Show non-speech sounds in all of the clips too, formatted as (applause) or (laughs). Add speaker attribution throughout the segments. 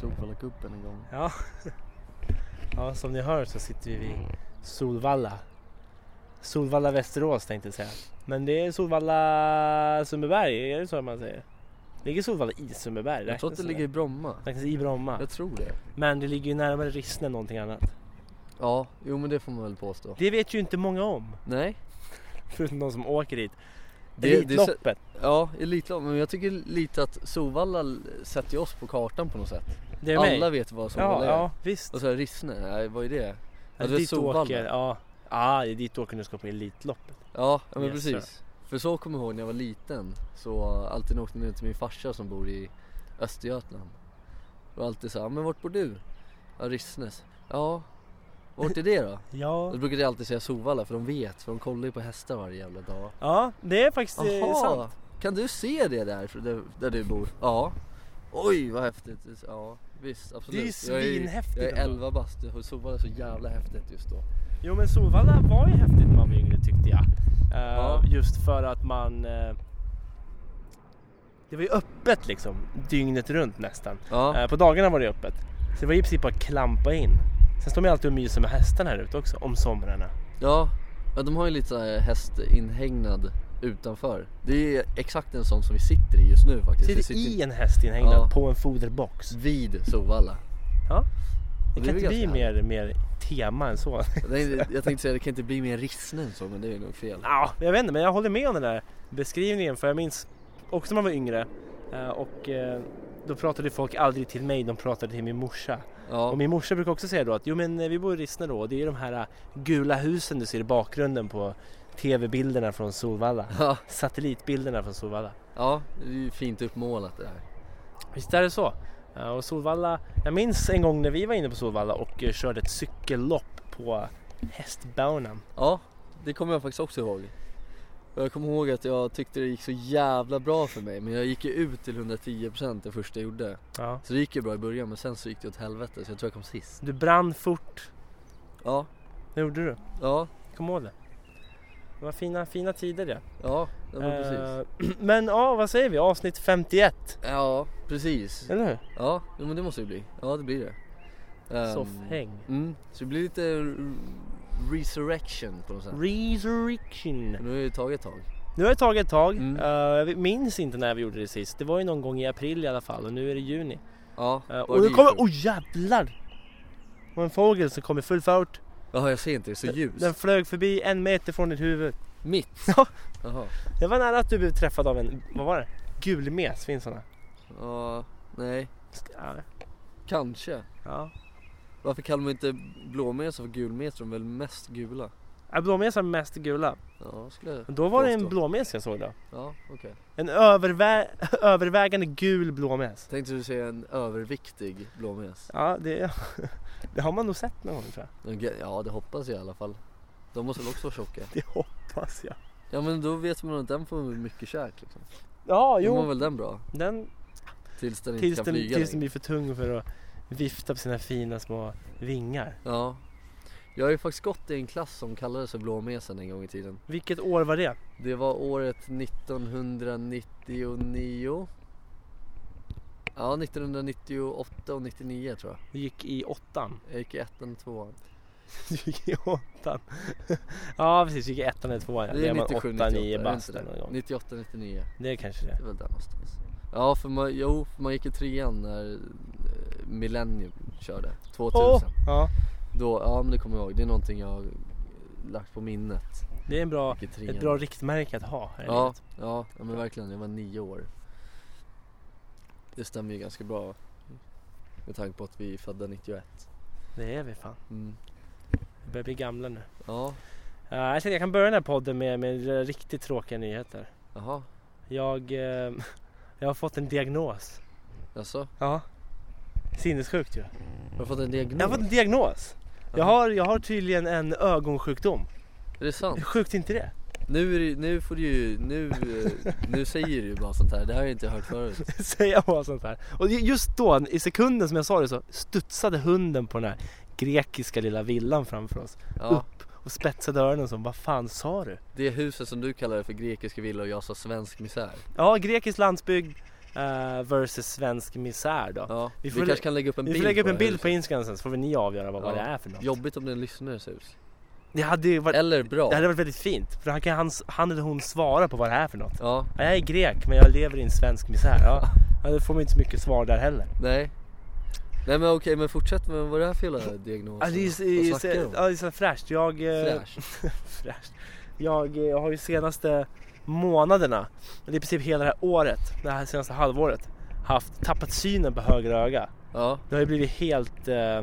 Speaker 1: Solvallacupen en gång.
Speaker 2: Ja. ja, som ni hör så sitter vi vid Solvalla. Solvalla Västerås tänkte jag säga. Men det är Solvalla Sundbyberg, är det så man säger? Ligger Solvalla i Sundbyberg?
Speaker 1: Jag tror att det ligger i Bromma.
Speaker 2: Räknas i Bromma.
Speaker 1: Jag tror det.
Speaker 2: Men det ligger ju närmare Rissne än någonting annat.
Speaker 1: Ja, jo men det får man väl påstå.
Speaker 2: Det vet ju inte många om. (laughs)
Speaker 1: Nej.
Speaker 2: Förutom de som åker dit.
Speaker 1: Det- det är så-
Speaker 2: Elitloppet.
Speaker 1: Ja, Elitlopp. Men jag tycker lite att Solvalla l- sätter ju oss på kartan på något sätt.
Speaker 2: Det är mig.
Speaker 1: Alla vet vad
Speaker 2: ja,
Speaker 1: Solvalla är.
Speaker 2: ja, visst.
Speaker 1: Och så här, Rissne, nej vad är det?
Speaker 2: Ja,
Speaker 1: det är
Speaker 2: dit
Speaker 1: Solvalla.
Speaker 2: åker, ja. Ja, det är dit åker nu ska på Elitloppet.
Speaker 1: Ja, ja men
Speaker 2: Yes,
Speaker 1: precis. För så kommer jag ihåg när jag var liten. Så alltid när jag åkte ner till min farsa som bor i Östergötland. Och alltid sa men vart bor du? Ja, Rissnes. Ja, vart är
Speaker 2: (laughs)
Speaker 1: det då?
Speaker 2: Ja.
Speaker 1: Då brukade jag alltid säga Sovalla för de vet, för de kollar ju på hästar varje jävla dag.
Speaker 2: Ja, det är faktiskt eh, sant.
Speaker 1: Jaha, kan du se det där, för- där, där du bor? Ja. Oj vad häftigt. Ja visst absolut.
Speaker 2: Det är ju
Speaker 1: Jag
Speaker 2: svinhäftigt
Speaker 1: Jag är
Speaker 2: ändå.
Speaker 1: 11 bast och Sovalla är så jävla häftigt just då.
Speaker 2: Jo men Solvalla var ju häftigt när man var yngre tyckte jag. Eh,
Speaker 1: Ja.
Speaker 2: Just för att man... eh, det var ju öppet liksom, dygnet runt nästan.
Speaker 1: Ja,
Speaker 2: Eh, på dagarna var det öppet. Så det var i princip bara att klampa in. Sen står man ju alltid och myser med hästarna här ute också, om somrarna.
Speaker 1: ja. ja de har ju lite så här hästinhägnad utanför. Det är exakt en sån som vi sitter i just nu faktiskt.
Speaker 2: Sitter
Speaker 1: vi
Speaker 2: i en häst inhägnad
Speaker 1: Ja.
Speaker 2: på en foderbox.
Speaker 1: vid Sovalla.
Speaker 2: Ja. Det
Speaker 1: Och
Speaker 2: kan
Speaker 1: är väl
Speaker 2: inte bli
Speaker 1: ganska
Speaker 2: mer, mer tema
Speaker 1: (laughs)
Speaker 2: än så.
Speaker 1: Nej, jag tänkte säga det kan inte bli mer Rissne än så men det är nog fel.
Speaker 2: Ja, jag vet inte, men jag håller med om den där beskrivningen för jag minns också när man var yngre eh, och eh, då pratade folk aldrig till mig, de pratade till min morsa.
Speaker 1: Ja.
Speaker 2: Och min morsa brukar också säga då att jo men eh, vi bor i Rissne då och det är de här eh, gula husen du ser i bakgrunden på tv-bilderna från Solvalla.
Speaker 1: Ja,
Speaker 2: Satellitbilderna från Solvalla.
Speaker 1: ja, det är ju fint uppmålat det där.
Speaker 2: Visst är det så? Eh, Och Solvalla, jag minns en gång när vi var inne på Solvalla och eh, körde ett cykellopp på hästbanan.
Speaker 1: Ja, det kommer jag faktiskt också ihåg. Och jag kommer ihåg att jag tyckte det gick så jävla bra för mig men jag gick ju ut till 110% det första jag gjorde.
Speaker 2: Ja.
Speaker 1: Så det gick ju bra i början men sen så gick det åt helvete så jag tror jag kom sist.
Speaker 2: Du brann fort,
Speaker 1: Ja,
Speaker 2: det gjorde du.
Speaker 1: ja,
Speaker 2: Kom ihåg det. Det var fina, fina tider det.
Speaker 1: ja, ja men precis.
Speaker 2: Eh, (clears throat) men ja, vad säger vi? Avsnitt 51,
Speaker 1: Ja, precis.
Speaker 2: eller hur?
Speaker 1: Ja, jo, men det måste det bli. Ja, det blir det. Ehm,
Speaker 2: Soffhäng.
Speaker 1: Mm, så det blir lite r- resurrection på något sätt.
Speaker 2: Resurrection.
Speaker 1: Men nu har jag ju tagit ett tag.
Speaker 2: Nu har det tagit ett tag.
Speaker 1: Mm.
Speaker 2: Eh, jag minns inte när vi gjorde det sist. Det var ju någon gång i april i alla fall och nu är det juni.
Speaker 1: Ja,
Speaker 2: Eh,
Speaker 1: bara
Speaker 2: och nu
Speaker 1: det
Speaker 2: kommer...
Speaker 1: gick upp.
Speaker 2: Oj oh, jävlar! Det var en fågel som kom i full fart.
Speaker 1: Jaha, jag ser inte, det är så ljust.
Speaker 2: Den flög förbi en meter från ditt huvud.
Speaker 1: Mitt?
Speaker 2: Ja.
Speaker 1: Jaha.
Speaker 2: Det var nära att du blev träffad av en, vad var det? Gulmes, finns sådana?
Speaker 1: Ja, nej,
Speaker 2: Ja.
Speaker 1: kanske.
Speaker 2: ja.
Speaker 1: Varför kallar man inte blåmesar för gulmesar? De är väl mest gula?
Speaker 2: Ja, Blåmesar är mest gula.
Speaker 1: Ja, skulle jag...
Speaker 2: Då var det en
Speaker 1: Påstå.
Speaker 2: blåmes jag såg då.
Speaker 1: Ja, okej.
Speaker 2: En övervä (laughs) övervägande gul blåmes.
Speaker 1: Tänkte du säga en överviktig blåmes?
Speaker 2: Ja, det, (laughs) det har man nog sett någon gång tror jag.
Speaker 1: Men ge- Ja, det hoppas jag i alla fall. De måste väl också vara tjocka?
Speaker 2: Det hoppas jag.
Speaker 1: Ja, men då vet man att den får mycket käk liksom.
Speaker 2: Ja,
Speaker 1: Då mår
Speaker 2: jo.
Speaker 1: väl den bra?
Speaker 2: Den,
Speaker 1: Tills den inte
Speaker 2: tills,
Speaker 1: kan
Speaker 2: den,
Speaker 1: flyga
Speaker 2: tills
Speaker 1: längre.
Speaker 2: den blir för tung för att vifta på sina fina små vingar.
Speaker 1: Ja. Jag har ju faktiskt gått i en klass som kallades för blåmesen en gång i tiden.
Speaker 2: Vilket år var det?
Speaker 1: Det var året 1999. Ja, 1998 och 99 tror jag.
Speaker 2: Du gick i åttan. (laughs)
Speaker 1: Jag gick i ettan och tvåan.
Speaker 2: Du gick i åttan. (laughs) Ja, precis. Du gick i ettan eller tvåan. ja.
Speaker 1: Det är
Speaker 2: man
Speaker 1: 97,
Speaker 2: 8, 9
Speaker 1: är det
Speaker 2: bast
Speaker 1: inte det?
Speaker 2: eller någon gång.
Speaker 1: 98, 99.
Speaker 2: Det är kanske det.
Speaker 1: Det är väl där någonstans. Ja, för man, jo, för man gick i trean när eh, Millennium körde. 2000.
Speaker 2: Åh! Ja,
Speaker 1: Då, ja men det kommer jag ihåg. Det är någonting jag har lagt på minnet.
Speaker 2: det är en bra,
Speaker 1: Gick i trean.
Speaker 2: ett bra riktmärke att ha. här i
Speaker 1: Ja,
Speaker 2: livet.
Speaker 1: ja, ja men verkligen. Jag var nio år. Det stämmer ju ganska bra med tanke på att vi är födda 91.
Speaker 2: Det är vi fan.
Speaker 1: Mm.
Speaker 2: Vi börjar bli gamla nu.
Speaker 1: Ja,
Speaker 2: Ja, jag tänkte jag kan börja den här podden med, med riktigt tråkiga nyheter.
Speaker 1: jaha.
Speaker 2: Jag, eh, (laughs) jag har fått en diagnos.
Speaker 1: Jaså?
Speaker 2: Ja. Sinnessjukt ju.
Speaker 1: Har du fått en diagnos?
Speaker 2: Jag har fått en diagnos. Jag har, jag har tydligen en ögonsjukdom.
Speaker 1: Är det sant?
Speaker 2: Hur sjukt är inte det? (laughs)
Speaker 1: Nu, är det, nu får du ju, nu, eh, nu säger du ju bara sånt här. Det här har jag inte hört förut.
Speaker 2: Säga bara sånt här. Och ju- just då, i sekunden som jag sa det så studsade hunden på den här grekiska lilla villan framför oss.
Speaker 1: Ja,
Speaker 2: Och spetsade öronen som, vad fan sa du?
Speaker 1: det huset som du kallar det för grekiska villa och jag sa svensk misär.
Speaker 2: Ja, grekisk landsbygd. eh, versus svensk misär då.
Speaker 1: Ja, vi,
Speaker 2: Vi får
Speaker 1: kanske
Speaker 2: lä-
Speaker 1: kan lägga upp en
Speaker 2: Vi
Speaker 1: bild
Speaker 2: får lägga upp
Speaker 1: på
Speaker 2: en
Speaker 1: det här
Speaker 2: bild på
Speaker 1: huset.
Speaker 2: Instagram sen så får väl ni avgöra vad, vad det
Speaker 1: Ja.
Speaker 2: är för något.
Speaker 1: Jobbigt om det är en lyssnares hus.
Speaker 2: Det hade ju varit,
Speaker 1: Eller bra.
Speaker 2: det hade varit väldigt fint. För han, kan, han, han eller hon svara på vad det är för något.
Speaker 1: Ja,
Speaker 2: Ja, jag är grek men jag lever i en svensk misär. Ja, ja då får man inte så mycket svar där heller.
Speaker 1: nej. Nej men okej, men fortsätt med vad är det här för jävla diagnos?
Speaker 2: Ja, det är ju så- det är ju
Speaker 1: Vad
Speaker 2: så-
Speaker 1: snackar du om?
Speaker 2: ja, det är så fräscht. Jag, eh,
Speaker 1: Fräsch.
Speaker 2: fräscht. Jag, eh, har ju senaste månaderna, eller i princip hela det här året, det här senaste halvåret, haft, tappat synen på höger öga.
Speaker 1: Ja.
Speaker 2: Det har ju blivit helt eh,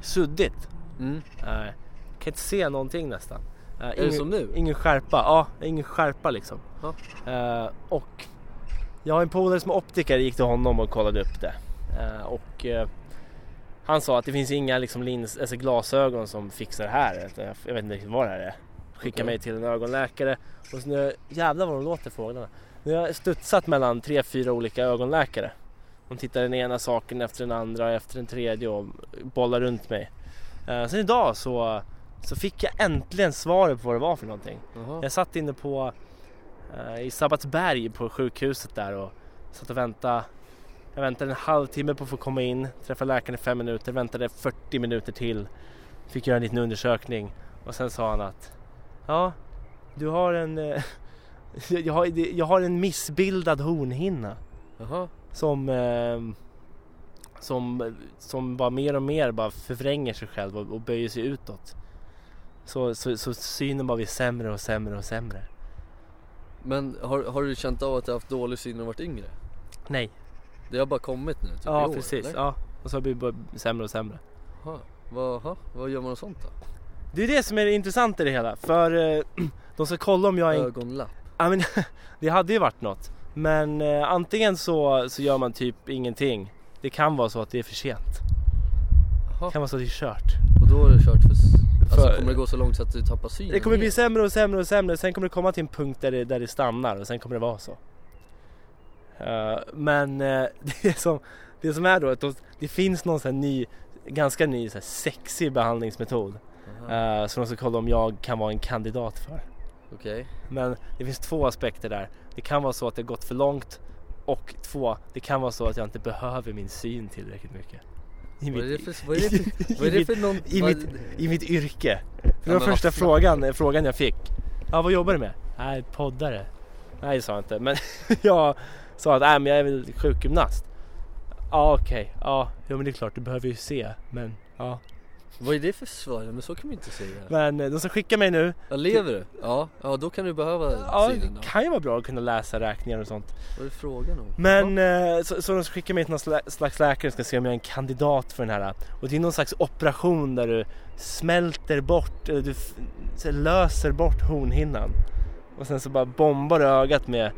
Speaker 2: suddigt.
Speaker 1: Mm.
Speaker 2: Eh, kan inte se någonting nästan. Eh,
Speaker 1: Är det som nu?
Speaker 2: Ingen skärpa, ja ingen skärpa liksom.
Speaker 1: Ja.
Speaker 2: Eh, och jag har en polare som är optiker, gick till honom och kollade upp det. Eh, och eh, han sa att det finns inga liksom, lins, alltså glasögon som fixar det här. Utan Jag jag vet inte riktigt vad det här är. Skicka
Speaker 1: Okej.
Speaker 2: mig till en ögonläkare. Och så nu, jävlar vad de låter fåglarna. Nu har jag studsat mellan tre, fyra olika ögonläkare. De tittar den ena saken efter den andra och efter den tredje och bollar runt mig. Eh, sen idag så, så fick jag äntligen svaret på vad det var för någonting.
Speaker 1: Jaha.
Speaker 2: Jag satt inne på eh, i Sabbatsberg på sjukhuset där och satt och väntade. Jag väntade en halvtimme på att få komma in, träffade läkaren i fem minuter, väntade 40 minuter till. Fick göra en liten undersökning och sen sa han att ja, du har en, eh, (laughs) jag, har, jag har en missbildad hornhinna
Speaker 1: Jaha.
Speaker 2: som, eh, som, som bara mer och mer bara förvränger sig själv och, och böjer sig utåt. Så, så, så synen bara blir sämre och sämre och sämre.
Speaker 1: Men har, har du känt av att du har haft dålig syn när du varit yngre?
Speaker 2: Nej,
Speaker 1: Det har bara kommit nu? Typ, i
Speaker 2: ja
Speaker 1: år,
Speaker 2: precis.
Speaker 1: eller?
Speaker 2: Ja. Och så blir det bara sämre och sämre.
Speaker 1: Jaha. Vad, aha. vad gör man av sånt då?
Speaker 2: Det är det som är det intressanta i det hela. För eh, (clears throat) de ska kolla om jag är en
Speaker 1: Ögonlapp?
Speaker 2: Ja, men, (laughs) det hade ju varit något. Men eh, antingen så, så gör man typ ingenting. Det kan vara så att det är för sent.
Speaker 1: Jaha.
Speaker 2: Det kan vara så att det är kört.
Speaker 1: Och då är det kört för... Alltså
Speaker 2: För-
Speaker 1: kommer det gå så långt så att du tappar synen?
Speaker 2: Det kommer bli
Speaker 1: helt?
Speaker 2: sämre och sämre och sämre. Sen kommer det komma till en punkt där det, där det stannar och sen kommer det vara så. Eh, men eh, (laughs) det, är som, det som är då att de, det finns någon sån här ny, ganska ny så här sexig behandlingsmetod.
Speaker 1: Jaha,
Speaker 2: Uh, som de ska kolla om jag kan vara en kandidat för.
Speaker 1: Okej.
Speaker 2: Men det finns två aspekter där. Det kan vara så att det har gått för långt och två, det kan vara så att jag inte behöver min syn tillräckligt mycket. I
Speaker 1: Vad är det
Speaker 2: mitt,
Speaker 1: för... Vad är det för, vad är det för någon...
Speaker 2: (laughs) i
Speaker 1: vad-
Speaker 2: mitt, i mitt yrke. Det
Speaker 1: men
Speaker 2: var
Speaker 1: vad
Speaker 2: första
Speaker 1: fan.
Speaker 2: frågan, eh, frågan jag fick. Ja, vad jobbar du med? Nej, poddare. Nej, det sa jag inte. Men (laughs) jag sa att nej, men jag är väl sjukgymnast. Ja, okej. Ja, jo, men det är klart, du behöver ju se. Men, ja.
Speaker 1: Vad är det för svar? Men så kan man ju inte säga.
Speaker 2: men eh, de som skickar mig nu
Speaker 1: Ja, lever du? Ja, ja då kan du behöva
Speaker 2: Ja,
Speaker 1: synen då.
Speaker 2: det kan ju vara bra att kunna läsa räkningar och sånt.
Speaker 1: Vad är det frågan om?
Speaker 2: Men eh, så, så de skickar mig till någon slä- slags läkare och ska se om jag är en kandidat för den här. Och det är någon slags operation där du smälter bort, eller du f- så här löser bort hornhinnan. Och sen så bara bombar du ögat med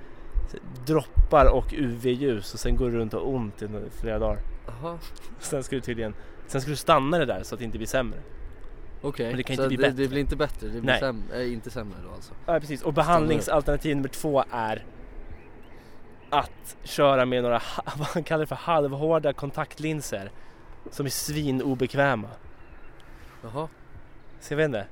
Speaker 2: så här droppar och UV-ljus och sen går du runt och har ont i no- flera dagar.
Speaker 1: Jaha,
Speaker 2: Sen ska du tydligen, sen ska du stanna det där så att det inte blir sämre.
Speaker 1: okej.
Speaker 2: Men det kan
Speaker 1: Så
Speaker 2: inte bli
Speaker 1: det,
Speaker 2: bättre.
Speaker 1: det blir inte bättre? Det blir
Speaker 2: Nej.
Speaker 1: sämre, äh, inte sämre då alltså?
Speaker 2: Ja precis, och behandlingsalternativ nummer två är att köra med några, ha- (laughs) vad han kallar för halvhårda kontaktlinser som är svinobekväma.
Speaker 1: Jaha,
Speaker 2: Så jag vet inte.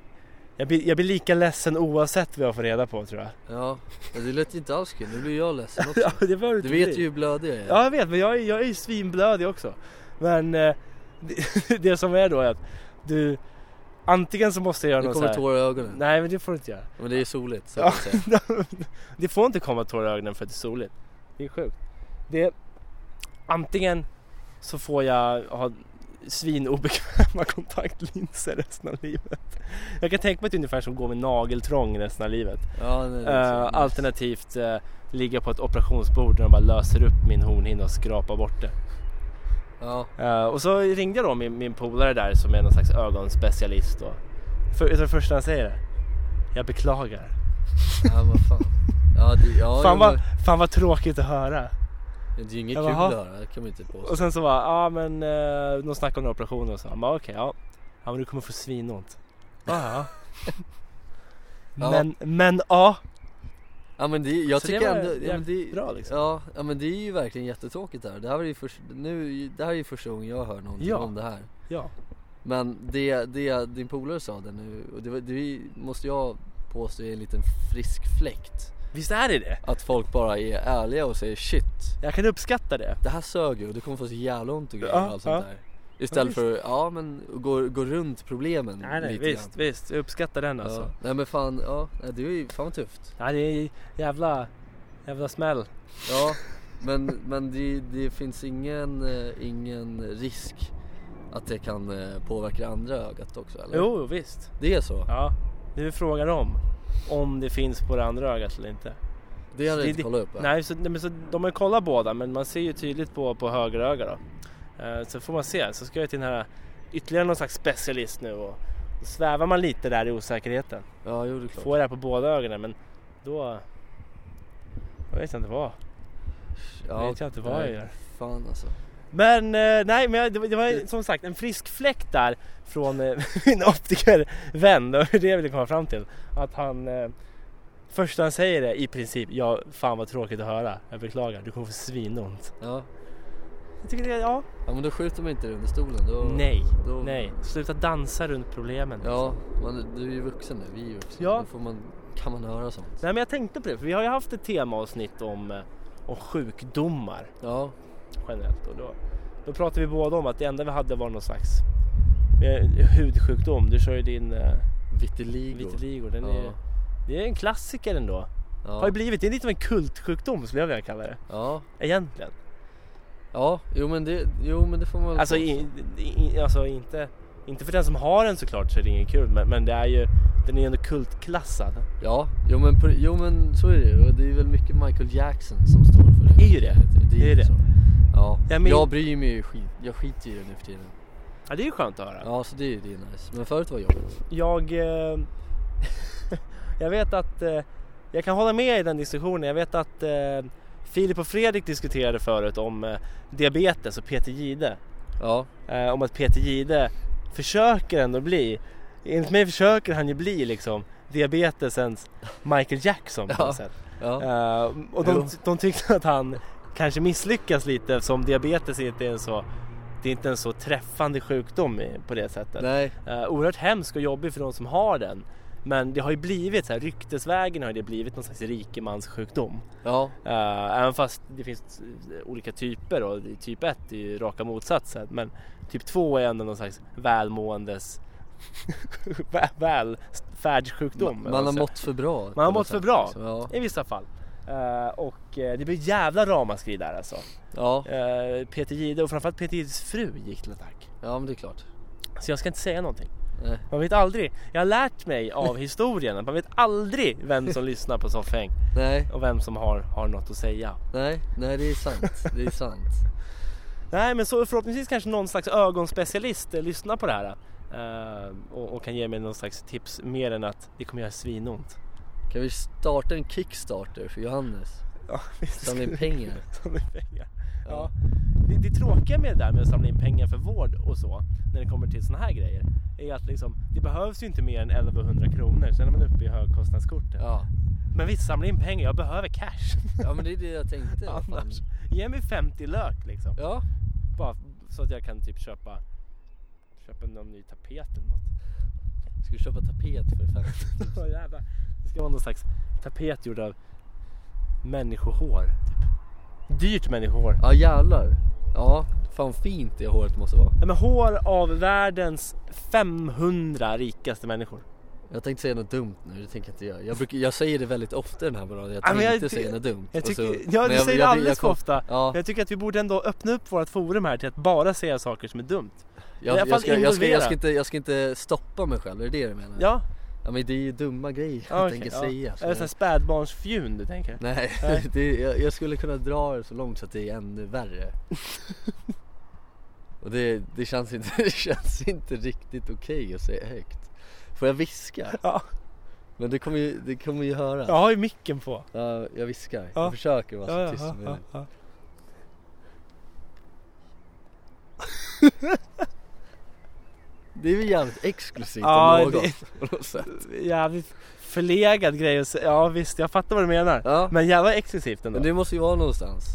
Speaker 2: Jag blir, jag blir lika ledsen oavsett vad jag får reda på tror jag.
Speaker 1: ja. Men Det lät inte alls kul, nu blir jag ledsen också.
Speaker 2: (laughs) Ja, det var
Speaker 1: Du vet ju hur blödig jag är.
Speaker 2: Ja jag vet, men jag är, jag är ju svinblödig också. Men eh, (laughs) det, det som är då är att du, antingen så måste jag göra
Speaker 1: nu
Speaker 2: något
Speaker 1: kommer
Speaker 2: så här-
Speaker 1: tårar i ögonen.
Speaker 2: Nej men det får du inte göra.
Speaker 1: Men det är soligt så
Speaker 2: Ja.
Speaker 1: att säga.
Speaker 2: (laughs) det får inte komma tårar i ögonen för att det är soligt. Det är sjukt. Det, antingen så får jag ha svinobekväma (laughs) kontaktlinser resten av livet. Jag kan tänka mig att det är ungefär som att gå med nageltrång resten av livet.
Speaker 1: Ja, nej, det är
Speaker 2: (laughs) Eh,
Speaker 1: så.
Speaker 2: alternativt eh, ligga på ett operationsbord där de bara löser upp min hornhinna och skrapar bort det.
Speaker 1: Ja,
Speaker 2: Eh, och så ringde jag då min, min polare där som är någon slags ögonspecialist. Då. För, vet du vad första han säger? är? Jag beklagar.
Speaker 1: ja men fan. Ja, det, ja,
Speaker 2: Fan
Speaker 1: jo,
Speaker 2: vad, fan vad tråkigt att höra.
Speaker 1: men det är ju inget
Speaker 2: Ja,
Speaker 1: kul
Speaker 2: jaha.
Speaker 1: det här, det kan man ju inte påstå.
Speaker 2: Och sen så bara, ja men eh, de snackade om några operationer och så. Han bara okej, ja. Ja men du kommer få svinont. Ja, (laughs) ja.
Speaker 1: Ja.
Speaker 2: Men, men ja.
Speaker 1: Ja men det, jag
Speaker 2: Så det
Speaker 1: tycker
Speaker 2: var
Speaker 1: ändå... Ja, men det,
Speaker 2: jävligt bra liksom.
Speaker 1: Ja, ja men det är ju verkligen jättetråkigt det här. Det här, är ju först, nu, det här är ju första gången jag hör någonting
Speaker 2: Ja.
Speaker 1: om det här.
Speaker 2: Ja.
Speaker 1: Men det, det din polare sa där nu, och det, var- det måste jag påstå är en liten frisk fläkt
Speaker 2: Visst är det det?
Speaker 1: Att folk bara är ärliga och säger shit,
Speaker 2: Jag kan uppskatta det.
Speaker 1: det här sög ju och du kommer få så jävla ont och grejer
Speaker 2: Ja,
Speaker 1: och allt
Speaker 2: ja.
Speaker 1: sånt där. Istället
Speaker 2: visst.
Speaker 1: för, ja men gå, gå runt problemen
Speaker 2: Nej, nej,
Speaker 1: lite
Speaker 2: visst,
Speaker 1: grann.
Speaker 2: visst. Jag uppskattar den alltså.
Speaker 1: Ja. Nej men fan, ja, nej, det är ju fan tufft.
Speaker 2: Ja, det är jävla, jävla smäll.
Speaker 1: Ja, men, men det, det finns ingen, eh, ingen risk att det kan eh, påverka andra ögat också eller?
Speaker 2: Jo, jo, visst.
Speaker 1: Det är så?
Speaker 2: Ja, nu är frågan om. Om det finns på det andra ögat eller inte.
Speaker 1: Det hade
Speaker 2: Det-
Speaker 1: jag inte
Speaker 2: det-
Speaker 1: kollat upp. va?
Speaker 2: Nej, så, nej men så, de har ju kollat båda men man ser ju tydligt på, på höger öga då. Eh, så får man se. Så ska jag till den här ytterligare någon slags specialist nu och då svävar man lite där i osäkerheten.
Speaker 1: Ja, jo det är klart.
Speaker 2: Får det här på båda ögonen men då... Jag vet inte vad.
Speaker 1: Ja,
Speaker 2: vet jag inte vad jag
Speaker 1: nej,
Speaker 2: gör.
Speaker 1: Fan alltså.
Speaker 2: Men eh, nej, men jag, det, var, det var som sagt en frisk fläkt där från eh, (laughs) min optikervän. Det var det jag ville komma fram till. Att han... Eh, första han säger är i princip, ja fan vad tråkigt att höra. Jag beklagar, du kommer få svinont.
Speaker 1: Ja.
Speaker 2: Jag tycker det, ja.
Speaker 1: ja, men då skjuter man inte det under stolen. Då,
Speaker 2: Nej,
Speaker 1: då,
Speaker 2: nej. Sluta dansa runt problemen.
Speaker 1: Ja, man, du är ju vuxen nu. Vi är ju vuxna.
Speaker 2: Ja.
Speaker 1: Då får man, kan man höra sånt.
Speaker 2: Nej men jag tänkte på det, för vi har ju haft ett temaavsnitt om, eh, om sjukdomar
Speaker 1: Ja,
Speaker 2: generellt. Och då, då pratade vi båda om att det enda vi hade var någon slags eh, hudsjukdom. Du kör ju din eh,
Speaker 1: vitiligo.
Speaker 2: vitiligo. Den
Speaker 1: Ja.
Speaker 2: är, det är en klassiker ändå. Har
Speaker 1: Ja.
Speaker 2: ju blivit, det är lite av en kultsjukdom skulle jag vilja kalla det.
Speaker 1: ja,
Speaker 2: Egentligen.
Speaker 1: ja, jo men det, jo, men det får man väl
Speaker 2: Alltså, i, i, alltså inte, inte för den som har den såklart så är det ingen kul men, men det är ju, den är ju ändå kultklassad.
Speaker 1: Ja, jo men, på- jo men så är det ju. Och Det är väl mycket Michael Jackson som står för det.
Speaker 2: Är ju det.
Speaker 1: Det är,
Speaker 2: Det är det.
Speaker 1: Så. Ja,
Speaker 2: Ja, men-
Speaker 1: jag bryr mig ju skit, jag skiter ju i det nu för tiden.
Speaker 2: Ja det är ju skönt att höra.
Speaker 1: Ja, så det är ju det är nice. Men förut var jag
Speaker 2: Jag, eh, (laughs) jag vet att eh, jag kan hålla med i den diskussionen. Jag vet att eh, Filip och Fredrik diskuterade förut om eh, diabetes och Peter Gide.
Speaker 1: Ja,
Speaker 2: Eh, om att Peter Gide försöker ändå bli, enligt mig försöker han ju bli liksom diabetesens Michael Jackson på
Speaker 1: Ja.
Speaker 2: något sätt.
Speaker 1: ja,
Speaker 2: Eh, och
Speaker 1: Jo.
Speaker 2: de, de tyckte att han kanske misslyckas lite eftersom diabetes inte är en så, det är inte en så träffande sjukdom i- på det sättet.
Speaker 1: nej,
Speaker 2: Uh, oerhört hemsk och jobbig för de som har den. Men det har ju blivit så här, ryktesvägen har ju det blivit någon slags rikemanssjukdom.
Speaker 1: ja,
Speaker 2: Eh, även fast det finns eh, olika typer och det- typ 1 är ju raka motsatsen. Men typ 2 är ändå någon slags välmåendes (laughs) vä- välfärdssjukdom. eller vad
Speaker 1: man har
Speaker 2: ska jag
Speaker 1: mått för bra.
Speaker 2: alltså. Man har mått för bra.
Speaker 1: Ja,
Speaker 2: säga. I vissa fall. Eh, och eh, det blir jävla ramaskri där alltså.
Speaker 1: ja,
Speaker 2: Eh, Peter Gide och framförallt Peter Gides fru gick till attack.
Speaker 1: ja men det är klart.
Speaker 2: Så jag ska inte säga någonting.
Speaker 1: Nej.
Speaker 2: Man vet aldrig. Jag har lärt mig (laughs) av historien att man vet aldrig vem som lyssnar på Soffhäng
Speaker 1: Nej,
Speaker 2: och vem som har, har något att säga.
Speaker 1: nej, nej det är sant. Det är sant.
Speaker 2: Nej men så förhoppningsvis kanske någon slags ögonspecialist eh, lyssnar på det här. eh, och, och kan ge mig någon slags tips mer än att det kommer göra svinont.
Speaker 1: Kan vi starta en kickstarter för Johannes?
Speaker 2: (laughs) Ja,
Speaker 1: Samla in pengar.
Speaker 2: Samla in pengar. Ja. Det, det tråkiga med det där med att samla in pengar för vård och så, när det kommer till såna här grejer, är att liksom, det behövs ju inte mer än 1100 kronor, sen är man uppe i högkostnadskortet.
Speaker 1: Ja.
Speaker 2: Men visst, samla in pengar, jag behöver cash. (laughs)
Speaker 1: ja, men det är det jag tänkte. vad fan.
Speaker 2: Annars, ge mig 50 lök liksom.
Speaker 1: Ja,
Speaker 2: Bara så att jag kan typ köpa, köpa någon ny tapet eller
Speaker 1: (laughs)
Speaker 2: något.
Speaker 1: ska vi köpa tapet för fan?
Speaker 2: Åh, jävlar. det ska vara någon slags tapet gjord av människohår. Typ. Dyrt människohår.
Speaker 1: Ja jävlar. Ja, fan fint det håret måste vara.
Speaker 2: Nej, men hår av världens 500 rikaste människor.
Speaker 1: Jag tänkte säga något dumt nu, det tänker jag inte göra. Jag, brukar, jag säger det väldigt ofta den här morgonen, jag
Speaker 2: Ja, men
Speaker 1: tänkte
Speaker 2: jag ty-
Speaker 1: säga något dumt.
Speaker 2: Jag
Speaker 1: Och
Speaker 2: tycker,
Speaker 1: så-
Speaker 2: ja,
Speaker 1: men
Speaker 2: du säger det
Speaker 1: jag-
Speaker 2: alldeles
Speaker 1: jag
Speaker 2: för
Speaker 1: kom-
Speaker 2: ofta.
Speaker 1: Ja,
Speaker 2: Jag tycker att vi borde ändå öppna upp vårt forum här till att bara säga saker som är dumt.
Speaker 1: jag,
Speaker 2: i
Speaker 1: jag,
Speaker 2: alla fall
Speaker 1: ska, jag, ska, jag,
Speaker 2: involvera.
Speaker 1: ska inte, jag ska inte stoppa mig själv, är det det du menar?
Speaker 2: Ja,
Speaker 1: ja men det är ju dumma grejer
Speaker 2: ja,
Speaker 1: jag
Speaker 2: okej,
Speaker 1: tänker
Speaker 2: ja.
Speaker 1: säga. så
Speaker 2: Är det sån här spädbarnsfjun du tänker?
Speaker 1: Nej,
Speaker 2: Nej.
Speaker 1: (laughs) det, jag, jag skulle kunna dra det så långt så att det är ännu
Speaker 2: (laughs)
Speaker 1: värre. Och det, det, känns inte, (laughs) det känns inte riktigt okej att säga högt. Får jag viska?
Speaker 2: Ja,
Speaker 1: Men det kommer ju, det kommer ju höras.
Speaker 2: jag har ju micken på.
Speaker 1: Ja, jag viskar.
Speaker 2: Ja.
Speaker 1: Jag försöker vara så
Speaker 2: Ja,
Speaker 1: tyst
Speaker 2: ja,
Speaker 1: som
Speaker 2: ja,
Speaker 1: möjligt.
Speaker 2: ja.
Speaker 1: Det är väl jävligt exklusivt
Speaker 2: Ja,
Speaker 1: om något. på något sätt.
Speaker 2: Jävligt förlegad grej att säga. Ja visst, jag fattar vad du menar.
Speaker 1: Ja.
Speaker 2: Men jävla exklusivt ändå.
Speaker 1: Men det måste ju vara någonstans.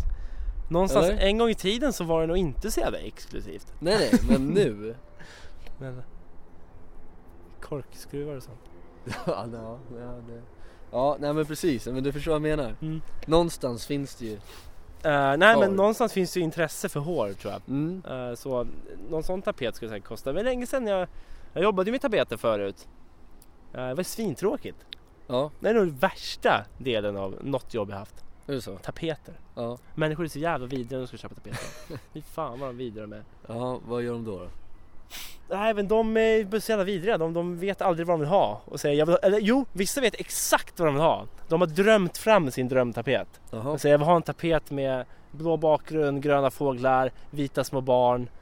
Speaker 2: Någonstans,
Speaker 1: Eller?
Speaker 2: en gång i tiden så var det nog inte så jävla exklusivt.
Speaker 1: Nej nej, men nu. (laughs)
Speaker 2: Men... Korkskruvar och sånt.
Speaker 1: ja, ja, ja, det. Ja, nej men precis, men du förstår vad jag menar.
Speaker 2: Mm.
Speaker 1: Någonstans finns det ju.
Speaker 2: Eh, nej
Speaker 1: Hår.
Speaker 2: men någonstans finns det ju intresse för hår tror jag.
Speaker 1: Mm.
Speaker 2: Eh, så någon sån tapet skulle säkert kosta. Men länge sedan jag, jag jobbade med tapeter förut. Eh, det var svintråkigt.
Speaker 1: Ja,
Speaker 2: Det är nog den värsta delen av något jobb jag haft.
Speaker 1: är det så?
Speaker 2: Tapeter.
Speaker 1: Ja.
Speaker 2: Människor är så jävla vidriga när de ska
Speaker 1: (laughs)
Speaker 2: köpa tapeter. Fy fan vad de är vidriga de är.
Speaker 1: ja, vad gör de då? då?
Speaker 2: Nej men de är så jävla vidriga, de, de vet aldrig vad de vill ha. Och säger, jag vill ha eller jo, vissa vet exakt vad de vill ha. De har drömt fram sin drömtapet.
Speaker 1: Jaha.
Speaker 2: De säger jag vill ha en tapet med blå bakgrund, gröna fåglar, vita små barn.
Speaker 1: (laughs)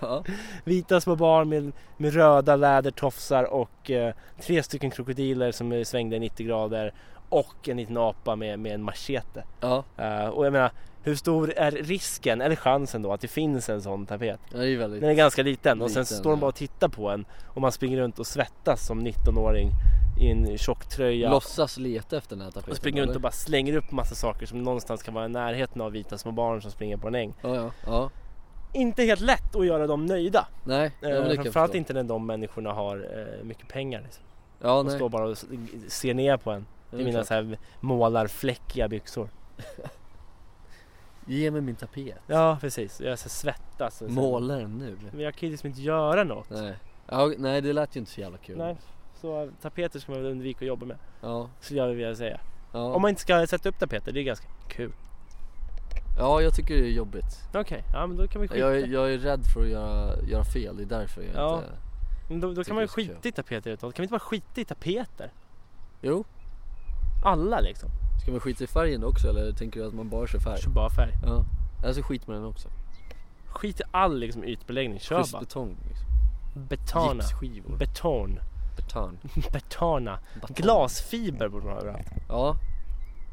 Speaker 1: Ja.
Speaker 2: Vita små barn med, med röda lädertofsar och eh, tre stycken krokodiler som är svängda i 90 grader. Och en liten apa med, med en machete.
Speaker 1: ja,
Speaker 2: Eh, och jag menar, hur stor är risken, eller chansen då, att det finns en sån tapet?
Speaker 1: det är ju väldigt...
Speaker 2: Den är ganska liten och sen
Speaker 1: Liten,
Speaker 2: står de
Speaker 1: ja.
Speaker 2: bara och tittar på en och man springer runt och svettas som 19-åring i en tjock tröja.
Speaker 1: Låtsas leta efter den här tapeten.
Speaker 2: Och springer runt
Speaker 1: eller?
Speaker 2: och bara slänger upp massa saker som någonstans kan vara i närheten av vita små barn som springer på en äng.
Speaker 1: Ja, ja, ja.
Speaker 2: Inte helt lätt att göra dem nöjda.
Speaker 1: Nej, ja, men det
Speaker 2: Eh,
Speaker 1: kan jag
Speaker 2: framförallt
Speaker 1: förstå.
Speaker 2: inte när de människorna har eh, mycket pengar. Liksom.
Speaker 1: Ja,
Speaker 2: De
Speaker 1: nej.
Speaker 2: står bara och s- ser ner på en.
Speaker 1: Ja,
Speaker 2: I
Speaker 1: det är
Speaker 2: mina
Speaker 1: klart.
Speaker 2: så här målarfläckiga byxor.
Speaker 1: Ge mig min tapet.
Speaker 2: Ja precis, jag så svettas. och så-
Speaker 1: Måla den nu.
Speaker 2: Men jag kan ju liksom inte göra något.
Speaker 1: Nej. Ja, nej, det lät ju inte så jävla kul.
Speaker 2: Nej. Så eh, tapeter ska man väl undvika att jobba med.
Speaker 1: Ja,
Speaker 2: Skulle jag vilja säga.
Speaker 1: ja.
Speaker 2: Om man inte ska sätta upp tapeter, det är ganska kul.
Speaker 1: ja, jag tycker det är jobbigt.
Speaker 2: Okej, ja men då kan vi skita,
Speaker 1: Jag är, jag är rädd för att göra, göra fel, det är därför jag
Speaker 2: Ja.
Speaker 1: inte...
Speaker 2: men då, då
Speaker 1: tycker
Speaker 2: kan man ju
Speaker 1: jag ska
Speaker 2: skita i tapeter ett tag. Kan vi inte bara skita i tapeter?
Speaker 1: Jo,
Speaker 2: Alla liksom.
Speaker 1: ska man skita i färgen också eller tänker du att man bara kör färg?
Speaker 2: Kör bara färg.
Speaker 1: Ja, eller så skiter man i den också.
Speaker 2: Skit i all liksom, ytbeläggning, kör bara.
Speaker 1: Schysstbetong liksom.
Speaker 2: Betana.
Speaker 1: Gipsskivor.
Speaker 2: Beton.
Speaker 1: Beton.
Speaker 2: Betana.
Speaker 1: Batong.
Speaker 2: Glasfiber borde man ha överallt.
Speaker 1: Ja,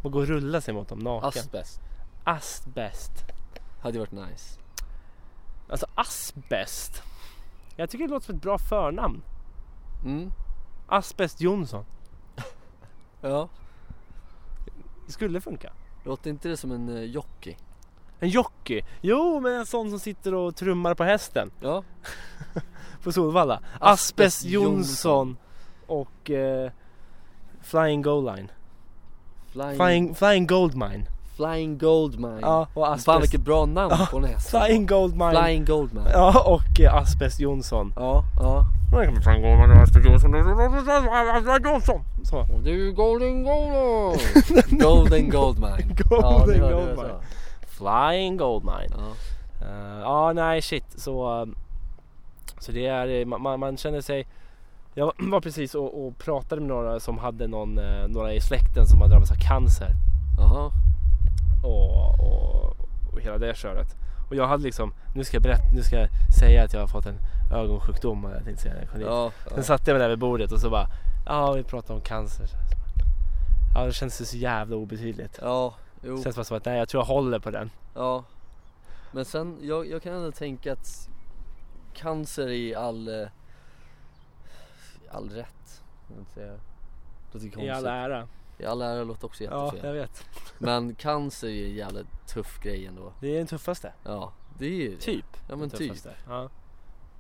Speaker 2: Och gå och rulla sig mot dem naken.
Speaker 1: asbest.
Speaker 2: asbest.
Speaker 1: Hade ju varit nice.
Speaker 2: Alltså asbest. Jag tycker det låter som ett bra förnamn.
Speaker 1: Mm,
Speaker 2: Asbest Jonsson.
Speaker 1: ja.
Speaker 2: Det skulle funka.
Speaker 1: Låter inte det som en uh, jockey?
Speaker 2: En jockey. Jo, men en sån som sitter och trummar på hästen.
Speaker 1: Ja,
Speaker 2: på Solvalla.
Speaker 1: Aspes
Speaker 2: Aspes Jonsson och eh, Flying Gold Line.
Speaker 1: flying, flying,
Speaker 2: Flying, flying Gold Mine.
Speaker 1: flying goldmine.
Speaker 2: Ja, och
Speaker 1: Fan
Speaker 2: Aspes.
Speaker 1: vilket bra namn
Speaker 2: Ja,
Speaker 1: på en häst.
Speaker 2: Flying Gold Mine.
Speaker 1: Flying goldmine. Ja,
Speaker 2: Ja, och eh, Aspes Jonsson.
Speaker 1: ja. ja.
Speaker 2: Flying Gold Mine och Aspes Jonsson. Jonsson. Så.
Speaker 1: Du golden
Speaker 2: (laughs)
Speaker 1: golden. golden goldmine. ja, det
Speaker 2: Golden
Speaker 1: var det
Speaker 2: Gold
Speaker 1: jag sa.
Speaker 2: Mine. Flying Gold Mine.
Speaker 1: Ja.
Speaker 2: Eh, Ja, nej shit. Så, eh, så det är, eh, man, man- man känner sig... Jag var (clears throat) precis och, och pratade med några som hade någon, eh, några i släkten som hade drabbats av cancer.
Speaker 1: Jaha.
Speaker 2: och, och, och hela det köret. Och jag hade liksom, nu ska jag berätta, nu ska jag säga att jag har fått en ögonsjukdom. och Jag tänkte säga när jag kom dit.
Speaker 1: Ja, ja.
Speaker 2: Sen satte jag mig där vid bordet och så bara, ja vi pratade om cancer. Ja det känns ju så jävla obetydligt.
Speaker 1: ja, jo.
Speaker 2: Det känns bara som att nej jag tror jag håller på den.
Speaker 1: Ja. Men sen, jag, jag kan ändå tänka att cancer i all, eh, all rätt. Jag vill inte säga- Det låter konstigt.
Speaker 2: I all ära.
Speaker 1: I all ära låter också
Speaker 2: Ja
Speaker 1: jättefel.
Speaker 2: jag vet.
Speaker 1: Men cancer är ju en jävligt tuff grej ändå.
Speaker 2: Det är den tuffaste.
Speaker 1: Ja, det är ju det.
Speaker 2: Typ.
Speaker 1: Ja men
Speaker 2: den
Speaker 1: typ.
Speaker 2: tuffaste. Ja.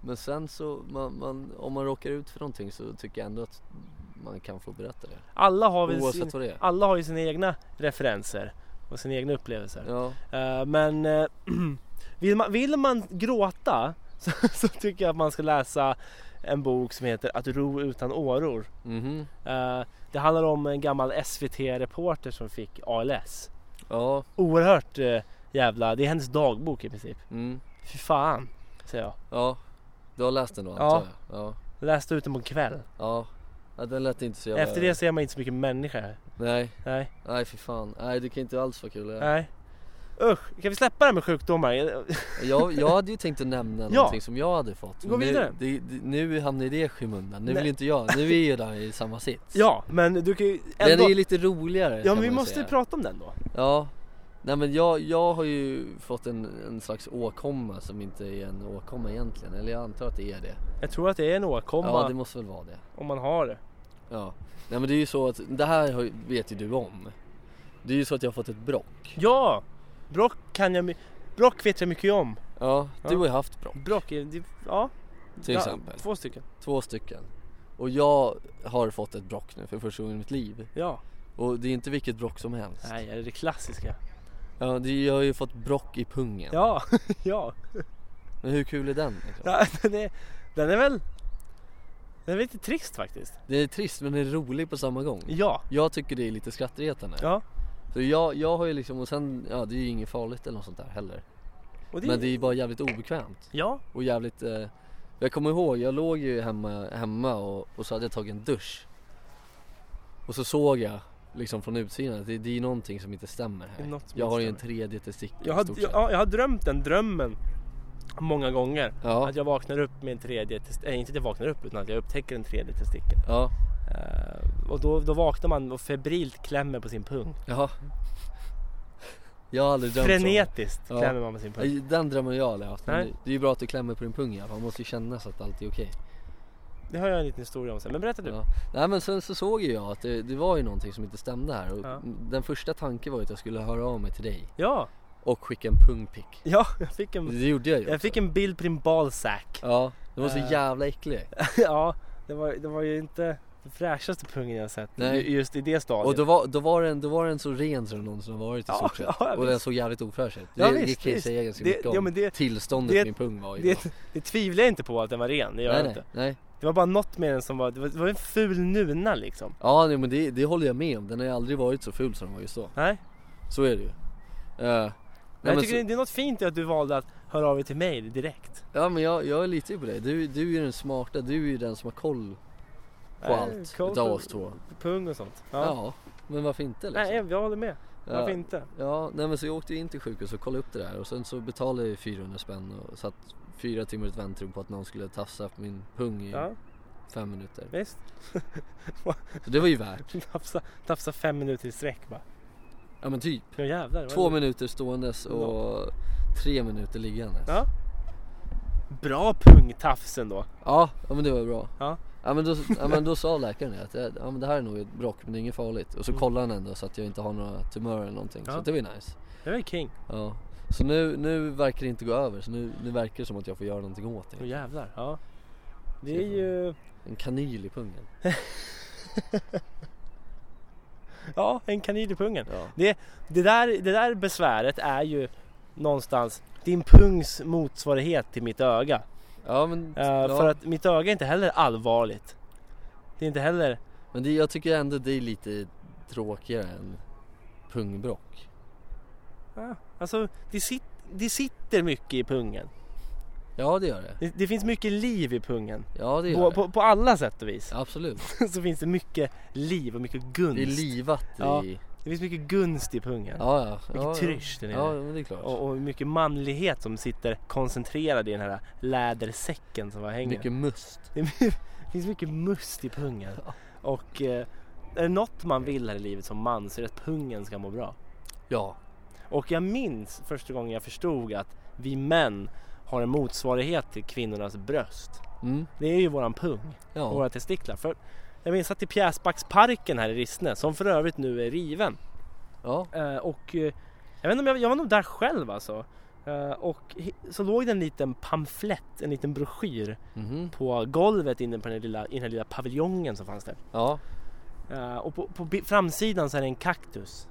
Speaker 1: Men sen så, man, man, om man råkar ut för någonting så tycker jag ändå att man kan få berätta det.
Speaker 2: Alla, har väl sin,
Speaker 1: Oavsett vad det är.
Speaker 2: alla har ju sina egna referenser och sina egna upplevelser.
Speaker 1: Ja,
Speaker 2: Eh, men eh, (clears throat) vill, man, vill man gråta (laughs) så, så tycker jag att man ska läsa en bok som heter Att ro utan åror.
Speaker 1: mhm.
Speaker 2: Eh, det handlar om en gammal SVT-reporter som fick ALS.
Speaker 1: Ja,
Speaker 2: Oerhört eh, jävla, det är hennes dagbok i princip.
Speaker 1: mm.
Speaker 2: Fy fan, säger jag.
Speaker 1: Ja. Du har läst den då
Speaker 2: Ja.
Speaker 1: antar jag? Ja.
Speaker 2: Läste ut den på en kväll.
Speaker 1: Ja. Ja, den lät inte så jävla...
Speaker 2: Efter det så är man inte så mycket människa.
Speaker 1: Nej.
Speaker 2: Nej,
Speaker 1: Nej för fan, nej det kan inte alls vara kul. Jag,
Speaker 2: nej. Usch, kan vi släppa det här med sjukdomar? (laughs)
Speaker 1: jag, jag hade ju tänkt att nämna
Speaker 2: Ja.
Speaker 1: någonting som jag hade fått.
Speaker 2: Gå
Speaker 1: Men
Speaker 2: vidare.
Speaker 1: Nu, det, det, nu hamnar det i skymundan, nu
Speaker 2: Nej.
Speaker 1: vill inte jag, nu är jag där i samma sits.
Speaker 2: Ja, men du kan ju
Speaker 1: Den är
Speaker 2: ändå...
Speaker 1: ju lite roligare
Speaker 2: Ja,
Speaker 1: kan
Speaker 2: men vi
Speaker 1: man
Speaker 2: måste
Speaker 1: säga.
Speaker 2: ju prata om den då.
Speaker 1: Ja. Nej men jag, jag har ju fått en, en slags åkomma som inte är en åkomma egentligen, eller jag antar att det är det.
Speaker 2: Jag tror att det är en åkomma
Speaker 1: Ja det måste väl vara det.
Speaker 2: om man har det.
Speaker 1: Ja. Nej men det är ju så att, det här har ju- vet ju du om. Det är ju så att jag har fått ett brock.
Speaker 2: Ja! Brock kan jag my- Brock vet jag mycket om.
Speaker 1: Ja, du
Speaker 2: Ja.
Speaker 1: har ju haft brock
Speaker 2: Brock är... eh, det- Ja.
Speaker 1: till
Speaker 2: ja,
Speaker 1: exempel.
Speaker 2: Två stycken.
Speaker 1: Två stycken. Och jag har fått ett brock nu för första gången i mitt liv.
Speaker 2: Ja,
Speaker 1: Och det är inte vilket brock som helst.
Speaker 2: nej, är det det klassiska?
Speaker 1: Ja, det, jag har ju fått brock i pungen.
Speaker 2: Ja, (laughs) ja.
Speaker 1: Men hur kul är den? Liksom?
Speaker 2: ja den, är, den är väl... Den är lite trist faktiskt.
Speaker 1: Det är trist men det är rolig på samma gång.
Speaker 2: Ja,
Speaker 1: Jag tycker det är lite skrattretande.
Speaker 2: ja.
Speaker 1: Så jag, jag har ju liksom, och sen, ja det är ju inget farligt eller något sånt där heller.
Speaker 2: Och
Speaker 1: Men det är bara jävligt obekvämt.
Speaker 2: Ja,
Speaker 1: Och jävligt, eh, jag kommer ihåg, jag låg ju hemma, hemma och, och så hade jag tagit en dusch. Och så såg jag liksom från utsidan att det, det är någonting som inte stämmer
Speaker 2: Det är
Speaker 1: här.
Speaker 2: något som
Speaker 1: Jag
Speaker 2: inte
Speaker 1: har ju en
Speaker 2: stämmer.
Speaker 1: tredje testikel
Speaker 2: Mm. jag
Speaker 1: i
Speaker 2: har,
Speaker 1: stort sett.
Speaker 2: jag, jag har drömt den drömmen många gånger.
Speaker 1: Ja,
Speaker 2: Att jag vaknar upp med en tredje testikel, äh, inte att jag vaknar upp utan att jag upptäcker en tredje testikel.
Speaker 1: ja,
Speaker 2: Eh, och då, då vaknar man och febrilt klämmer på sin pung.
Speaker 1: ja. Jag har aldrig drömt
Speaker 2: Frenetiskt
Speaker 1: Ja.
Speaker 2: klämmer man på sin
Speaker 1: så.
Speaker 2: pung.
Speaker 1: Nej, Den drömmen jag har aldrig haft. Men
Speaker 2: Nej.
Speaker 1: det, det är ju bra att du klämmer på din pung i alla fall. Man måste ju känna så att allt är okej.
Speaker 2: Det har jag en liten historia om sen, men berätta du.
Speaker 1: Ja. Nej men sen så såg ju jag att det, det var ju någonting som inte stämde här. Och
Speaker 2: Ja.
Speaker 1: Den första tanken var ju att jag skulle höra av mig till dig
Speaker 2: Ja,
Speaker 1: och skicka en pungpick.
Speaker 2: ja jag,
Speaker 1: (laughs)
Speaker 2: fick en,
Speaker 1: Det gjorde jag ju.
Speaker 2: jag
Speaker 1: också.
Speaker 2: fick en bild på din
Speaker 1: (laughs)
Speaker 2: ballsack.
Speaker 1: Ja, det var så
Speaker 2: Eh.
Speaker 1: jävla äcklig.
Speaker 2: ja, det var, det var ju inte den fräschaste pungen jag sett
Speaker 1: Nej.
Speaker 2: ju- just i det stadiet.
Speaker 1: Och då var, då, var den, då var den så ren som den någonsin har varit i
Speaker 2: Ja,
Speaker 1: stort sett.
Speaker 2: ja, ja,
Speaker 1: och den
Speaker 2: visst.
Speaker 1: såg jävligt ofräsch ut. Det,
Speaker 2: Ja,
Speaker 1: det
Speaker 2: visst,
Speaker 1: kan jag
Speaker 2: visst.
Speaker 1: säga ganska
Speaker 2: Det-
Speaker 1: mycket om.
Speaker 2: ja, men det-
Speaker 1: Tillståndet
Speaker 2: det-
Speaker 1: min pung var ju då.
Speaker 2: det, det tvivlar jag inte på att den var ren, det gör
Speaker 1: Nej,
Speaker 2: jag
Speaker 1: nej,
Speaker 2: inte.
Speaker 1: nej.
Speaker 2: Det var bara något med den som var, det var, det var en ful nuna liksom.
Speaker 1: Ja, nej, men det, det håller jag med om. Den har ju aldrig varit så ful som den var just då.
Speaker 2: Nej,
Speaker 1: Så är det ju. Eh, nej,
Speaker 2: men jag
Speaker 1: men
Speaker 2: tycker
Speaker 1: så,
Speaker 2: det är något fint i att du valde att höra av dig till mig direkt.
Speaker 1: Ja men jag, jag litar ju på dig. Du, du är ju den smarta, du är ju den som har koll på
Speaker 2: Nej,
Speaker 1: allt
Speaker 2: koll
Speaker 1: utav
Speaker 2: på-
Speaker 1: oss två.
Speaker 2: Pung och sånt.
Speaker 1: Ja.
Speaker 2: Ja.
Speaker 1: men varför inte liksom?
Speaker 2: Nej, jag håller med. Varför
Speaker 1: ja.
Speaker 2: inte?
Speaker 1: ja, nej men så jag åkte ju in till sjukhus och kollade upp det där och sen så betalade jag 400 spänn och satt fyra timmar i ett väntrum på att någon skulle tafsa på min pung i
Speaker 2: Ja,
Speaker 1: fem minuter.
Speaker 2: visst. (laughs)
Speaker 1: Så det var ju värt.
Speaker 2: Tafsa, tafsa fem minuter i sträck bara.
Speaker 1: Ja men typ.
Speaker 2: Ja jävlar. vad
Speaker 1: Två
Speaker 2: är det?
Speaker 1: minuter ståendes och tre minuter liggandes.
Speaker 2: Ja. Bra pungtafs ändå.
Speaker 1: Ja, ja men det var bra.
Speaker 2: Ja.
Speaker 1: Ja men, då, ja men då sa läkaren det att eh, ja, men det här är nog ett brock men det är inget farligt. Och så
Speaker 2: Mm.
Speaker 1: kollade han ändå så att jag inte har några tumörer eller någonting. Så
Speaker 2: Ja.
Speaker 1: att det var ju nice.
Speaker 2: Det var ju king.
Speaker 1: Ja. Så nu, nu verkar det inte gå över. Så nu, nu verkar det som att jag får göra någonting åt
Speaker 2: Åh
Speaker 1: det.
Speaker 2: jävlar. Ja. Det
Speaker 1: Ser
Speaker 2: är ju...
Speaker 1: En kanyl i pungen.
Speaker 2: Ja, en kanin i pungen.
Speaker 1: Ja.
Speaker 2: Det där, det där besväret är ju någonstans din pungs motsvarighet till mitt öga.
Speaker 1: Ja men,
Speaker 2: Eh,
Speaker 1: ja.
Speaker 2: För att mitt öga är inte heller allvarligt. Det är inte heller...
Speaker 1: men det, jag tycker ändå det är lite tråkigare än pungbrock.
Speaker 2: Alltså, det, sit, det sitter mycket i pungen.
Speaker 1: Ja det gör det.
Speaker 2: Det, det finns mycket liv i pungen.
Speaker 1: Ja det gör
Speaker 2: På,
Speaker 1: det.
Speaker 2: på, på alla sätt och vis. (laughs)
Speaker 1: Ja, Absolut.
Speaker 2: Så finns det mycket liv och mycket gunst.
Speaker 1: Det är livat
Speaker 2: Ja.
Speaker 1: i...
Speaker 2: Det finns mycket gunst i pungen.
Speaker 1: Ja ja. ja,
Speaker 2: mycket
Speaker 1: ja.
Speaker 2: trysch där nere.
Speaker 1: Ja men det är klart.
Speaker 2: Och, och mycket manlighet som sitter koncentrerad i den här lädersäcken som var hänger.
Speaker 1: Mycket must.
Speaker 2: Det är- det finns mycket must i pungen.
Speaker 1: Ja.
Speaker 2: Och eh, är det något man vill här i livet som man så är det att pungen ska må bra.
Speaker 1: Ja.
Speaker 2: Och jag minns första gången jag förstod att vi män har en motsvarighet till kvinnornas bröst.
Speaker 1: Mm.
Speaker 2: Det är ju våran pung
Speaker 1: Ja.
Speaker 2: och våra testiklar. För jag minns att i Pjäsbacksparken här i Rissne, som för övrigt nu är riven,
Speaker 1: ja.
Speaker 2: Eh, och eh, jag vet inte om jag, jag var nog där själv alltså. Eh, och hi- så låg det en liten pamflett, en liten broschyr
Speaker 1: Mhm.
Speaker 2: på golvet inne på den här lilla, i den här lilla paviljongen som fanns där.
Speaker 1: Ja.
Speaker 2: Eh, och på, på bi- framsidan så är det en kaktus.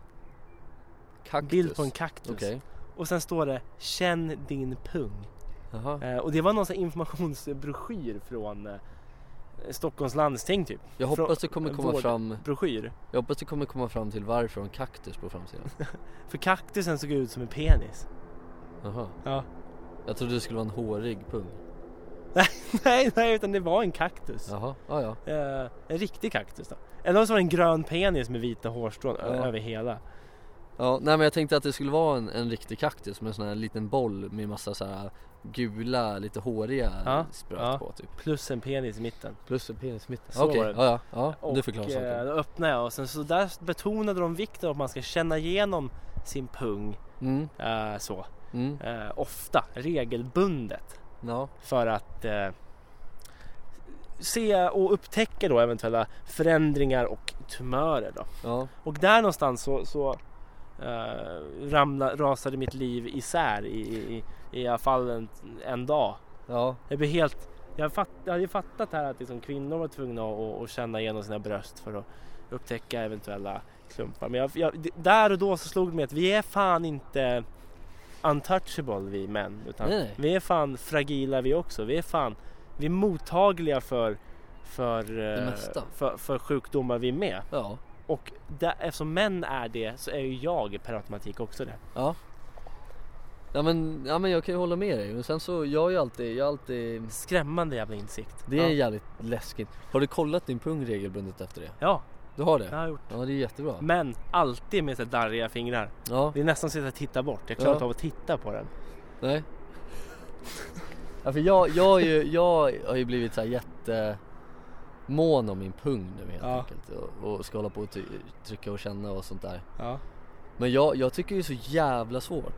Speaker 1: Kaktus.
Speaker 2: Bild på en kaktus.
Speaker 1: Okej.
Speaker 2: Och sen står det Känn din pung.
Speaker 1: Jaha.
Speaker 2: Eh, och det var någon sån här informationsbroschyr från eh, Stockholms landsting typ.
Speaker 1: Jag hoppas det kommer komma
Speaker 2: vård-
Speaker 1: fram
Speaker 2: Broschyr.
Speaker 1: Jag hoppas det kommer komma fram till varför en kaktus på framsidan.
Speaker 2: För kaktusen såg ut som en penis.
Speaker 1: Jaha.
Speaker 2: Ja.
Speaker 1: Jag trodde det skulle vara en hårig pung.
Speaker 2: (laughs) nej, nej, utan det var en kaktus.
Speaker 1: Jaha. Ja, ja.
Speaker 2: Eh, en riktig kaktus då. Eller så var det en grön penis med vita hårstrån ö-
Speaker 1: Ja.
Speaker 2: över hela.
Speaker 1: ja. Nej men jag tänkte att det skulle vara en, en riktig kaktus med en sån här liten boll med massa så här gula, lite håriga
Speaker 2: Ja,
Speaker 1: spröt
Speaker 2: ja.
Speaker 1: på typ.
Speaker 2: Plus en penis i mitten.
Speaker 1: Plus en penis i mitten.
Speaker 2: Så
Speaker 1: Okej,
Speaker 2: var det.
Speaker 1: ja, ja. ja. Du förklarar
Speaker 2: eh,
Speaker 1: saken.
Speaker 2: då öppnade jag och sen så där betonade de vikten av att man ska känna igenom sin pung
Speaker 1: Mm,
Speaker 2: eh, så.
Speaker 1: mm,
Speaker 2: eh, ofta, regelbundet.
Speaker 1: ja.
Speaker 2: För att eh, se och upptäcka då eventuella förändringar och tumörer då.
Speaker 1: ja.
Speaker 2: Och där någonstans så, så eh, ramla, rasade mitt liv isär i, i, i alla fall en, en dag.
Speaker 1: Ja,
Speaker 2: Jag blev helt Jag, fatt, jag hade ju fattat här att liksom kvinnor var tvungna att, att, att känna igenom sina bröst för att upptäcka eventuella klumpar. Men jag, jag, d- där och då så slog det mig att vi är fan inte untouchable vi män. Utan
Speaker 1: Nej, nej.
Speaker 2: Vi är fan fragila vi också. Vi är fan vi är mottagliga för, för, eh,
Speaker 1: mesta.
Speaker 2: för, för sjukdomar vi är med.
Speaker 1: Ja,
Speaker 2: Och där, eftersom män är det så är ju jag per automatik också det.
Speaker 1: ja. Ja men, ja men jag kan ju hålla med dig. Men sen så, jag är ju alltid, jag är alltid
Speaker 2: Skrämmande jävla insikt.
Speaker 1: Det är
Speaker 2: ja.
Speaker 1: jävligt läskigt. Har du kollat din pung regelbundet efter det?
Speaker 2: ja,
Speaker 1: Du har
Speaker 2: det
Speaker 1: det?
Speaker 2: har jag gjort.
Speaker 1: Ja, det är jättebra.
Speaker 2: Men alltid med så här darriga fingrar.
Speaker 1: Ja,
Speaker 2: Det är nästan så att jag tittar bort. Jag klarar
Speaker 1: Ja.
Speaker 2: inte av att titta på den.
Speaker 1: nej. (laughs) Ja, för jag, jag, är ju, jag har ju blivit så här jättemån om min pung nu helt
Speaker 2: Ja.
Speaker 1: enkelt. Och, och ska hålla på och ty- trycka och känna och sånt där.
Speaker 2: Ja.
Speaker 1: Men jag, jag tycker det är så jävla svårt.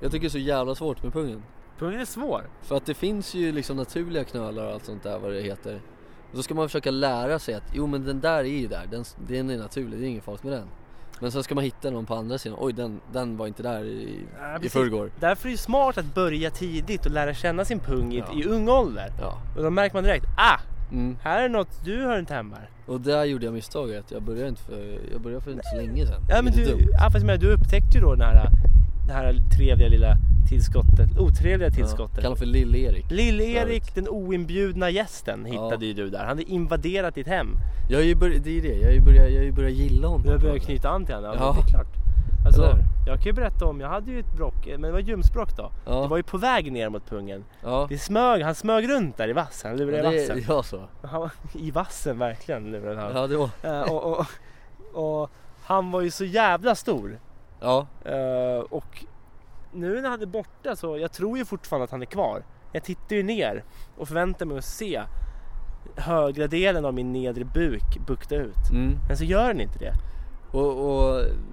Speaker 1: Jag tycker det är så jävla svårt med pungen.
Speaker 2: Pungen är svår.
Speaker 1: För att det finns ju liksom naturliga knölar och allt sånt där vad det heter. Och då ska man försöka lära sig att jo men den där är ju där, den, den är naturlig, det är inget farligt med den. Men sen ska man hitta någon på andra sidan, oj den, den var inte där i,
Speaker 2: Ja,
Speaker 1: i
Speaker 2: precis.
Speaker 1: förrgår.
Speaker 2: Därför är det smart att börja tidigt och lära känna sin pung i,
Speaker 1: Ja.
Speaker 2: i ung ålder.
Speaker 1: Ja.
Speaker 2: Och då märker man direkt, ah!
Speaker 1: Mm.
Speaker 2: Här är något du hör inte hemma.
Speaker 1: Och där gjorde jag misstaget, jag började, inte för, jag började för inte så länge sedan.
Speaker 2: Ja men
Speaker 1: Lite
Speaker 2: du,
Speaker 1: dumt.
Speaker 2: ja, fast men du upptäckte ju då den här, det här trevliga lilla tillskottet, otrevliga
Speaker 1: Ja,
Speaker 2: tillskottet.
Speaker 1: kallar för Lill-Erik.
Speaker 2: Lill-Erik, den oinbjudna gästen, hittade
Speaker 1: Ja.
Speaker 2: ju du där. Han hade invaderat ditt hem.
Speaker 1: Jag har ju börjat, det är det, jag har ju börjat, jag har ju börjat gilla honom.
Speaker 2: Du har börjat knyta an till honom. Ja,
Speaker 1: Ja.
Speaker 2: det är klart. Alltså,
Speaker 1: Eller hur?
Speaker 2: jag kan ju berätta om, jag hade ju ett bråck, men det var ljumskbråck då.
Speaker 1: Ja.
Speaker 2: Det var ju på väg ner mot pungen.
Speaker 1: Ja,
Speaker 2: Det smög, han smög runt där i vassen, han lurade
Speaker 1: ja,
Speaker 2: i
Speaker 1: det,
Speaker 2: vassen.
Speaker 1: ja så.
Speaker 2: Han, I vassen verkligen lurade han.
Speaker 1: Ja, det var,
Speaker 2: Eh, och, och, och han var ju så jävla stor.
Speaker 1: ja,
Speaker 2: Eh, och nu när han är borta så, jag tror ju fortfarande att han är kvar. Jag tittar ju ner och förväntar mig att se högra delen av min nedre buk bukta ut.
Speaker 1: mm.
Speaker 2: Men så gör den inte det.
Speaker 1: Och, och ehm,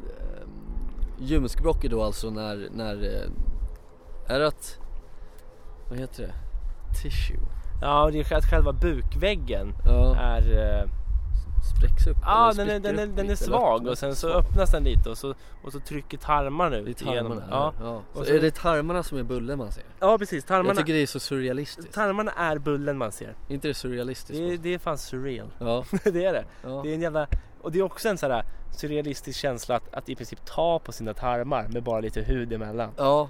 Speaker 1: ljumskbråck är då alltså när, när, eh, är det att, vad heter det? Tissue?
Speaker 2: Ja, och det är att själva bukväggen
Speaker 1: Ja,
Speaker 2: är... eh,
Speaker 1: spräcks upp.
Speaker 2: Ja,
Speaker 1: eller
Speaker 2: den är,
Speaker 1: spricker
Speaker 2: den, är,
Speaker 1: upp
Speaker 2: den är
Speaker 1: lite, eller
Speaker 2: svag
Speaker 1: öppnas.
Speaker 2: och sen så öppnas den lite och så, och så trycker tarmarna
Speaker 1: Det är
Speaker 2: ut igenom.
Speaker 1: tarmarna.
Speaker 2: Ja.
Speaker 1: Ja. Ja. Så
Speaker 2: Och så-
Speaker 1: är det tarmarna som är bullen man ser?
Speaker 2: ja, precis.
Speaker 1: Jag
Speaker 2: Tarmarna,
Speaker 1: tycker det är så surrealistiskt.
Speaker 2: tarmarna är bullen man ser.
Speaker 1: Är inte det surrealistiskt?
Speaker 2: Det är, det är fan surreal. (laughs)
Speaker 1: Ja,
Speaker 2: det är det.
Speaker 1: ja.
Speaker 2: (laughs) Det är en jävla, och det är också en sån här surrealistisk känsla att, att i princip ta på sina tarmar med bara lite hud emellan.
Speaker 1: Ja,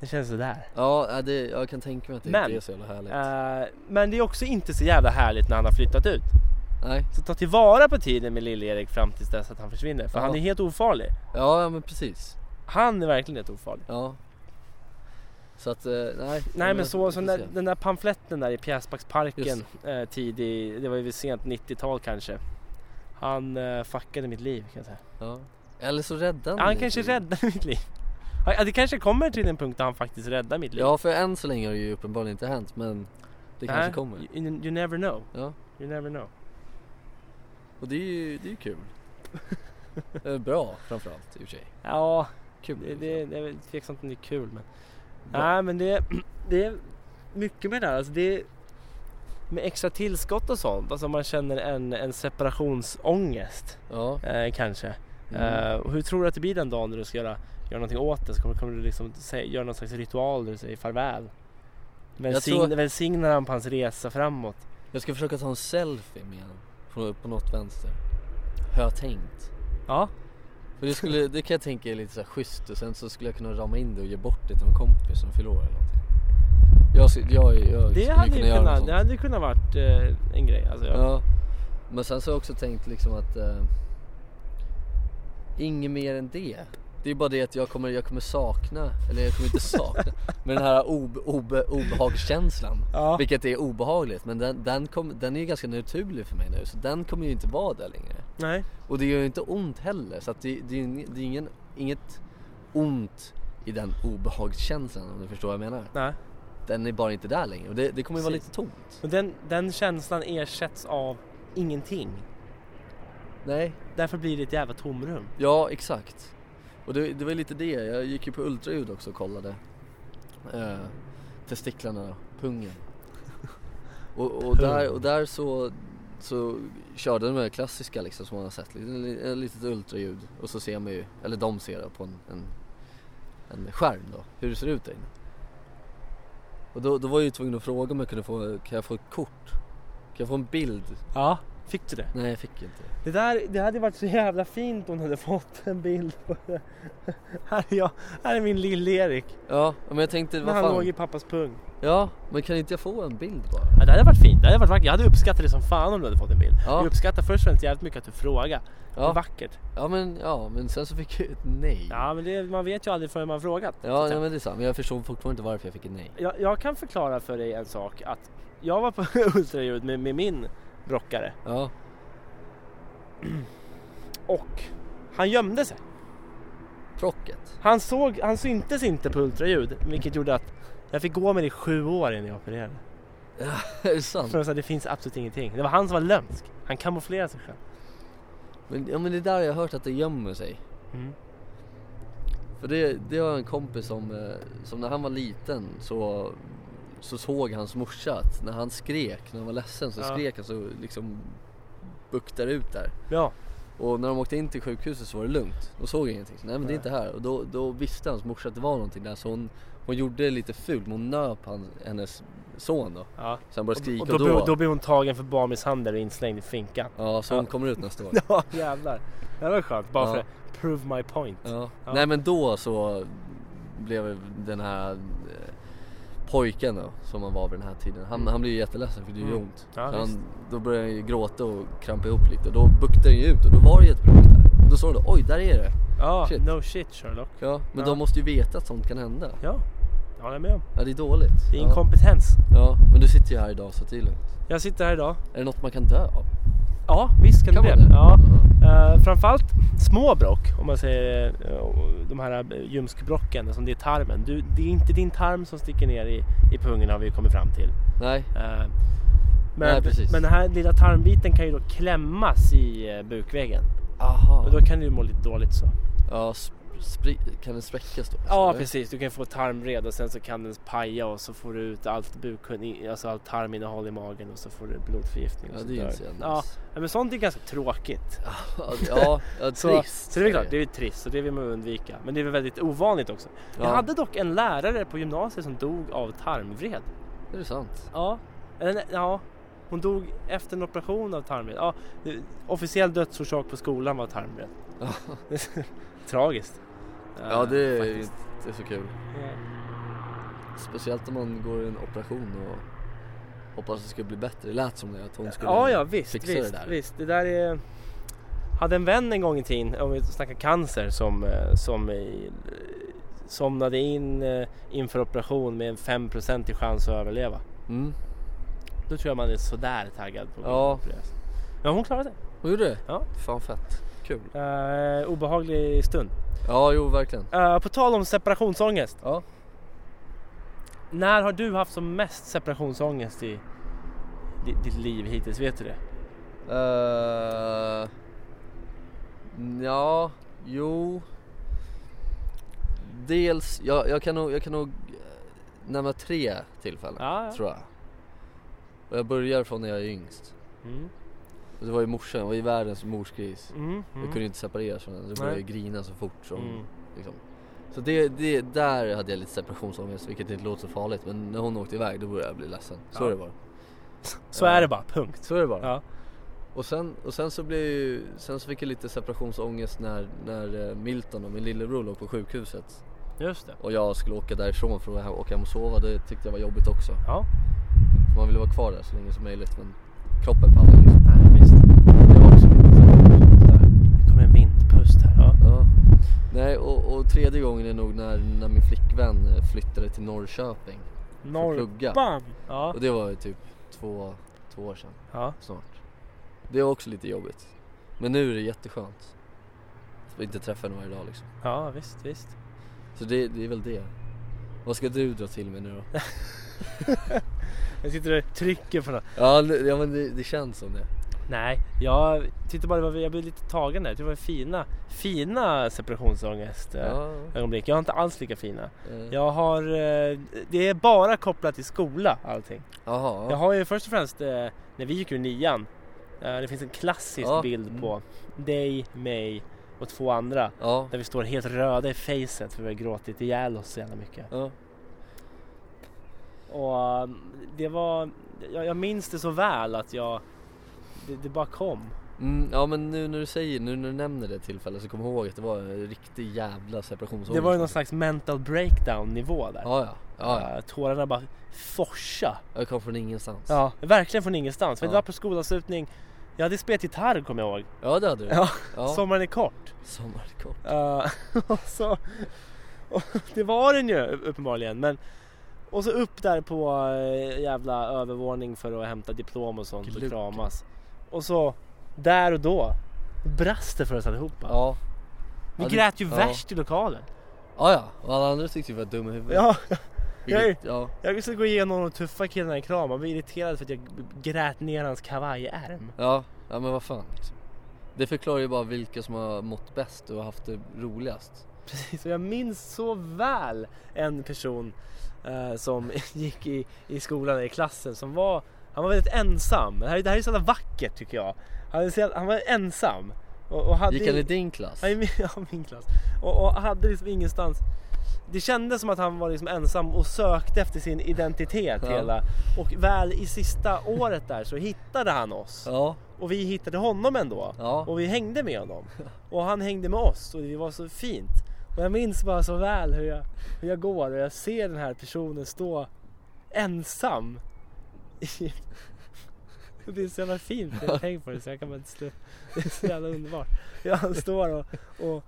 Speaker 2: Det känns sådär.
Speaker 1: ja, ja, det, jag kan tänka mig att det
Speaker 2: Men-
Speaker 1: inte är så jävla härligt.
Speaker 2: Uh, men det är också inte så jävla härligt när han har flyttat ut.
Speaker 1: Nej,
Speaker 2: Så ta tillvara på tiden med Lill-Erik fram tills dess att han försvinner. För
Speaker 1: Ja.
Speaker 2: han är helt ofarlig.
Speaker 1: ja ja, men precis.
Speaker 2: Han är verkligen helt ofarlig.
Speaker 1: Ja. Så att, eh, nej.
Speaker 2: Nej men så, så den, där,
Speaker 1: där
Speaker 2: den där pamfletten där i pjäsbacksparken
Speaker 1: Just
Speaker 2: eh, tidig, det var ju sent 90-tal kanske. Han eh, fuckade mitt liv kan jag säga.
Speaker 1: Ja. Eller så räddar han
Speaker 2: Han
Speaker 1: dig.
Speaker 2: kanske räddade mitt liv. Ja, Det kanske kommer till en punkt där han faktiskt räddar mitt liv.
Speaker 1: Ja, för än så länge har det ju uppenbarligen inte hänt, men det kanske
Speaker 2: Nej,
Speaker 1: kommer.
Speaker 2: You, you never know.
Speaker 1: Ja.
Speaker 2: You never know.
Speaker 1: Och det är ju, det är ju kul.
Speaker 2: (laughs)
Speaker 1: Eh, Bra, framförallt i och för sig.
Speaker 2: Ja,
Speaker 1: Kul.
Speaker 2: det, det, det är väl tveksamt om det är kul men.
Speaker 1: Bra.
Speaker 2: Nej men det, (clears throat) det är mycket med det här. Alltså det är, med extra tillskott och sånt. Alltså man känner en, en separationsångest
Speaker 1: Ja.
Speaker 2: eh, kanske.
Speaker 1: Mm.
Speaker 2: Eh, och hur tror du att det blir den dagen när du ska göra, göra någonting åt det? Så kommer, kommer du liksom säga, göra någon slags ritual där du säger farväl? Välsign,
Speaker 1: tror-
Speaker 2: Välsignar han på hans resa framåt?
Speaker 1: Jag ska försöka ta en selfie med honom. På, på något vänster. Har jag tänkt.
Speaker 2: Ja.
Speaker 1: För det, skulle, det kan jag tänka är lite så här schysst och sen så skulle jag kunna rama in det och ge bort det till någon kompis som fyller år eller någonting. Jag, skulle- jag, jag
Speaker 2: Det
Speaker 1: skulle
Speaker 2: hade ju
Speaker 1: göra något
Speaker 2: kunnat,
Speaker 1: sånt.
Speaker 2: det hade ju kunnat varit eh, en grej. Alltså, jag,
Speaker 1: Ja. Men sen så har jag också tänkt liksom att eh, Inget mer än det. Det är bara det att jag kommer, jag kommer sakna, eller jag
Speaker 2: (laughs)
Speaker 1: kommer inte sakna, men den här obe, obe, obehagskänslan.
Speaker 2: Ja.
Speaker 1: Vilket är obehagligt, men den, den, kom, den är ju ganska naturlig för mig nu så den kommer ju inte vara där längre.
Speaker 2: Nej.
Speaker 1: Och det gör ju inte ont heller så att det, det är, ing- det är ingen, inget ont i den obehagskänslan om du förstår vad jag menar.
Speaker 2: Nej.
Speaker 1: Den är bara inte där längre och det, det kommer ju vara
Speaker 2: Precis.
Speaker 1: lite tomt.
Speaker 2: Och den, den känslan ersätts av ingenting.
Speaker 1: Nej,
Speaker 2: Därför blir det ett jävla tomrum.
Speaker 1: Ja, exakt. Och det, det var ju lite det. Jag gick ju på ultraljud också och kollade eh, testiklarna, pungen. Och, och där, och där så, så körde de här klassiska liksom som man har sett. Lite- Ett litet ultraljud och så ser man ju, eller de ser det på en, en, en skärm då, hur det ser ut där inne. Och då, då var jag ju tvungen att fråga om jag kunde få, kan jag få ett kort? Kan jag få en bild?
Speaker 2: Ja, fick du det?
Speaker 1: Nej jag fick inte.
Speaker 2: Det, där, det hade varit så jävla fint om du hade fått en bild på det. Här är jag, här är min lill-Erik.
Speaker 1: Ja men jag tänkte
Speaker 2: När
Speaker 1: vad
Speaker 2: han låg
Speaker 1: fan.
Speaker 2: i pappas pung.
Speaker 1: Ja men kan inte jag få en bild bara?
Speaker 2: Ja, det hade varit fint, det hade varit vackert. Jag hade uppskattat det som fan om du hade fått en bild.
Speaker 1: Ja.
Speaker 2: Jag uppskattar först och främst jävligt mycket att du frågar. Det är
Speaker 1: Ja,
Speaker 2: vackert.
Speaker 1: ja, men, ja men sen så fick jag ett nej. Ja,
Speaker 2: Ja men det, man vet ju aldrig förrän man frågat. så att
Speaker 1: nej,
Speaker 2: säga.
Speaker 1: men det är sant. Men jag förstår fortfarande inte varför jag fick ett nej.
Speaker 2: jag, jag kan förklara för dig en sak. Att jag var på (laughs) ultraljud med, med min rockare.
Speaker 1: Ja,
Speaker 2: Och han gömde sig.
Speaker 1: procket.
Speaker 2: Han, såg, han syntes inte på ultraljud. Vilket gjorde att jag fick gå med det i sju år innan jag opererade.
Speaker 1: (laughs) är det sant?
Speaker 2: För de sa det finns absolut ingenting. Det var han som var lömsk. Han kamouflerade sig själv.
Speaker 1: Men, ja men det är där jag har hört att det gömmer sig.
Speaker 2: Mm.
Speaker 1: För det, det har jag en kompis som, eh, som när han var liten så, så såg hans morsa att när han skrek, när han var ledsen så
Speaker 2: Ja.
Speaker 1: skrek han så liksom buktade ut där.
Speaker 2: Ja,
Speaker 1: Och när de åkte in till sjukhuset så var det lugnt. De såg ingenting. Så, nej men det är inte här. Och då, då visste hans morsa att det var någonting där så hon, hon gjorde lite fult. men Hon nöp han, hennes son då.
Speaker 2: ja.
Speaker 1: Så han började skrika
Speaker 2: Och
Speaker 1: och då...
Speaker 2: då, blev- då blev hon tagen för barnmisshandel och inslängd i finkan.
Speaker 1: Ja, så hon
Speaker 2: Ja.
Speaker 1: kommer ut nästa år.
Speaker 2: (laughs) Ja jävlar. Det var skönt. Bara
Speaker 1: Ja.
Speaker 2: för att prove my point.
Speaker 1: Ja.
Speaker 2: Ja.
Speaker 1: Nej men då så blev den här eh, pojken då, som han var vid den här tiden. Han, han blev ju jätteledsen för det gjorde ju
Speaker 2: Mm.
Speaker 1: ont.
Speaker 2: Ja,
Speaker 1: så
Speaker 2: visst.
Speaker 1: han, då började han ju gråta och krampa ihop lite och då buktade den ju ut och då var det ju ett bråk där. Då såg du oj där är det.
Speaker 2: Ja,
Speaker 1: Shit.
Speaker 2: no shit Sherlock.
Speaker 1: Ja, men
Speaker 2: Ja.
Speaker 1: de måste ju veta att sånt kan hända.
Speaker 2: Ja, det håller jag med om.
Speaker 1: Ja det är dåligt.
Speaker 2: Det är
Speaker 1: ja.
Speaker 2: inkompetens.
Speaker 1: ja, men du sitter ju här idag så det är lugnt.
Speaker 2: Jag sitter här idag.
Speaker 1: Är det något man kan dö av?
Speaker 2: Ja, visst kan,
Speaker 1: Kan
Speaker 2: det
Speaker 1: man
Speaker 2: det.
Speaker 1: det?
Speaker 2: Ja. Eh, framförallt små brock, om man säger eh, de här eh, ljumskbrocken som det är tarmen. Du, det är inte din tarm som sticker ner i, i pungen har vi kommit fram till.
Speaker 1: Nej,
Speaker 2: Eh, men,
Speaker 1: Nej, precis.
Speaker 2: men den här lilla tarmbiten kan ju då klämmas i eh, bukväggen.
Speaker 1: aha.
Speaker 2: Och då kan du ju må lite dåligt så.
Speaker 1: Ja, sp- spri- kan den spräckas då?
Speaker 2: Ja
Speaker 1: Eller?
Speaker 2: precis, du kan få tarmvred och sen så kan den paja och så får du ut allt, buk, alltså allt tarminnehåll i magen och så får du blodförgiftning. Och
Speaker 1: Ja
Speaker 2: så
Speaker 1: det är ju
Speaker 2: dör
Speaker 1: inte så
Speaker 2: du.
Speaker 1: jävla
Speaker 2: ja,
Speaker 1: nice.
Speaker 2: men sånt är ganska tråkigt.
Speaker 1: Ja, ja, ja
Speaker 2: (laughs) Så,
Speaker 1: trist.
Speaker 2: så det är klart, det är ju trist och det vill man undvika. Men det är väl väldigt ovanligt också. Jag
Speaker 1: Ja.
Speaker 2: hade dock en lärare på gymnasiet som dog av tarmvred.
Speaker 1: Är det sant?
Speaker 2: Ja. Eller, nej, ja. Hon dog efter en operation av tarmvred. Ja, det- officiell dödsorsak på skolan var tarmvred.
Speaker 1: Ja.
Speaker 2: (laughs) Tragiskt.
Speaker 1: Ja
Speaker 2: Eh,
Speaker 1: det är ju
Speaker 2: faktiskt.
Speaker 1: inte så kul.
Speaker 2: Ja.
Speaker 1: Speciellt om man går i en operation och hoppas det ska bli bättre. Det lät som det att hon skulle
Speaker 2: Ja, ja visst,
Speaker 1: fixa
Speaker 2: visst,
Speaker 1: det där.
Speaker 2: visst. Det där är... Hade en vän en gång i tiden, om vi snackar cancer, som, eh, som eh, somnade in eh, inför operation med en 5% i chans att överleva.
Speaker 1: Mm.
Speaker 2: Då tror jag man är sådär taggad på att
Speaker 1: Ja.
Speaker 2: operera sig. Men hon klarade det.
Speaker 1: Hon gjorde det?
Speaker 2: Ja.
Speaker 1: Fan fett. Kul.
Speaker 2: Eh, obehaglig stund.
Speaker 1: Ja jo verkligen.
Speaker 2: Eh, på tal om separationsångest.
Speaker 1: Ja.
Speaker 2: När har du haft som mest separationsångest i di- ditt liv hittills? Vet du det?
Speaker 1: Uh, ja, jo. Dels, jag, jag, kan nog, jag kan nog eh, nämna tre tillfällen
Speaker 2: Ja, ja.
Speaker 1: tror jag. Och jag börjar från när jag är yngst.
Speaker 2: Mm.
Speaker 1: Och det var ju morsan, jag var ju världens morsgris.
Speaker 2: Mm.
Speaker 1: Jag kunde inte separeras från henne, så började jag grina så fort som
Speaker 2: Mm.
Speaker 1: liksom. Så det, det, där hade jag lite separationsångest vilket inte låter så farligt men när hon åkte iväg då började jag bli ledsen. Så
Speaker 2: Ja.
Speaker 1: är det bara.
Speaker 2: Så är det bara, punkt.
Speaker 1: Så är det bara.
Speaker 2: Ja.
Speaker 1: Och, sen, och sen så blev jag ju, sen så fick jag lite separationsångest när, när eh, Milton och min lillebror låg på sjukhuset
Speaker 2: Just det.
Speaker 1: och jag skulle åka därifrån för att åka hem och sova. Det tyckte jag var jobbigt också.
Speaker 2: Ja.
Speaker 1: För man ville vara kvar där så länge som möjligt men kroppen pallade liksom.
Speaker 2: Nej, visst.
Speaker 1: Det var också lite separationsångest där.
Speaker 2: Det kom en vindpust här. Ja.
Speaker 1: Ja. Nej och, och tredje gången är nog när, när min flickvän eh, flyttade till Norrköping. plugga.
Speaker 2: Norrban. Ja.
Speaker 1: Och det var ju typ två, två år sedan
Speaker 2: Ja.
Speaker 1: snart. Det var också lite jobbigt. Men nu är det jätteskönt. Att vi inte träffar henne varje dag liksom.
Speaker 2: ja, visst, visst.
Speaker 1: Så det, det är väl det. Vad ska du dra till med nu
Speaker 2: (laughs)
Speaker 1: då?
Speaker 2: Jag sitter och trycker på något.
Speaker 1: Ja, det- ja men det, det känns som det.
Speaker 2: Nej, jag tyckte bara det var, jag blev lite tagen där. Det var fina, fina separationsångest. eh,
Speaker 1: Ja,
Speaker 2: Ögonblick. Jag har inte alls lika fina.
Speaker 1: eh,
Speaker 2: Jag har, eh, det är bara kopplat till skola allting.
Speaker 1: Jaha,
Speaker 2: Jag har ju först och främst eh, när vi gick ur nian. eh, Det finns en klassisk
Speaker 1: Ja.
Speaker 2: bild på dig, mig och två andra.
Speaker 1: ja.
Speaker 2: Där vi står helt röda i facet för vi har gråtit ihjäl oss så jävla mycket.
Speaker 1: ja.
Speaker 2: Och um, det var, jag, jag minns det så väl att jag, det, det bara kom.
Speaker 1: Mm, ja men nu när du säger, nu när du nämner det tillfället så kom ihåg att det var en riktig jävla separationsångest.
Speaker 2: Det var ju någon slags mental breakdown nivå där.
Speaker 1: Ja ja, ja, ja.
Speaker 2: Eh, Tårarna bara forsa.
Speaker 1: Jag kom från ingenstans.
Speaker 2: Ja. Verkligen från ingenstans. För
Speaker 1: Ja.
Speaker 2: det var på skolavslutning, jag hade spelat gitarr kommer jag ihåg.
Speaker 1: Ja det hade du.
Speaker 2: Ja.
Speaker 1: ja.
Speaker 2: Sommaren är kort.
Speaker 1: Sommarkort.
Speaker 2: Eh, (laughs) och så, och det var den ju uppenbarligen. Men, och så upp där på eh, jävla övervåning för att hämta diplom och sånt
Speaker 1: Glugg.
Speaker 2: och kramas. Och så där och då brast det för oss allihopa.
Speaker 1: Ja.
Speaker 2: Vi
Speaker 1: Ja, det-
Speaker 2: grät ju
Speaker 1: ja.
Speaker 2: värst i lokalen.
Speaker 1: Ja ja, och alla andra tyckte vi var dumma i huvudet.
Speaker 2: Ja,
Speaker 1: Vilket, ja.
Speaker 2: jag skulle gå igenom de tuffa killarna i kram och bli irriterad för att jag grät ner hans kavajärm.
Speaker 1: Ja, ja men vad fan liksom. Det förklarar ju bara vilka som har mått bäst och haft det roligast.
Speaker 2: Precis, och jag minns så väl en person eh, som (laughs) gick i, i skolan, i klassen, som var, han var väldigt ensam. Det här, är- det här är så jävla vackert tycker jag. Han, är så jävla- han var ensam. Och, och hade
Speaker 1: Gick han i din klass?
Speaker 2: Ja, i min, (laughs) ja, min klass. Och, och hade liksom ingenstans. Det kändes som att han var liksom ensam och sökte efter sin identitet
Speaker 1: Ja.
Speaker 2: hela. Och väl i sista året där så hittade han oss.
Speaker 1: Ja,
Speaker 2: Och vi hittade honom ändå.
Speaker 1: Ja.
Speaker 2: Och vi hängde med honom. Och han hängde med oss och det var så fint. Och jag minns bara så väl hur jag, hur jag går och jag ser den här personen stå ensam. i- (laughs) Det är så jävla fint, jag har tänkt på det så jag kan bara inte sluta. Det är så jävla underbart. Ja, Han står och, och,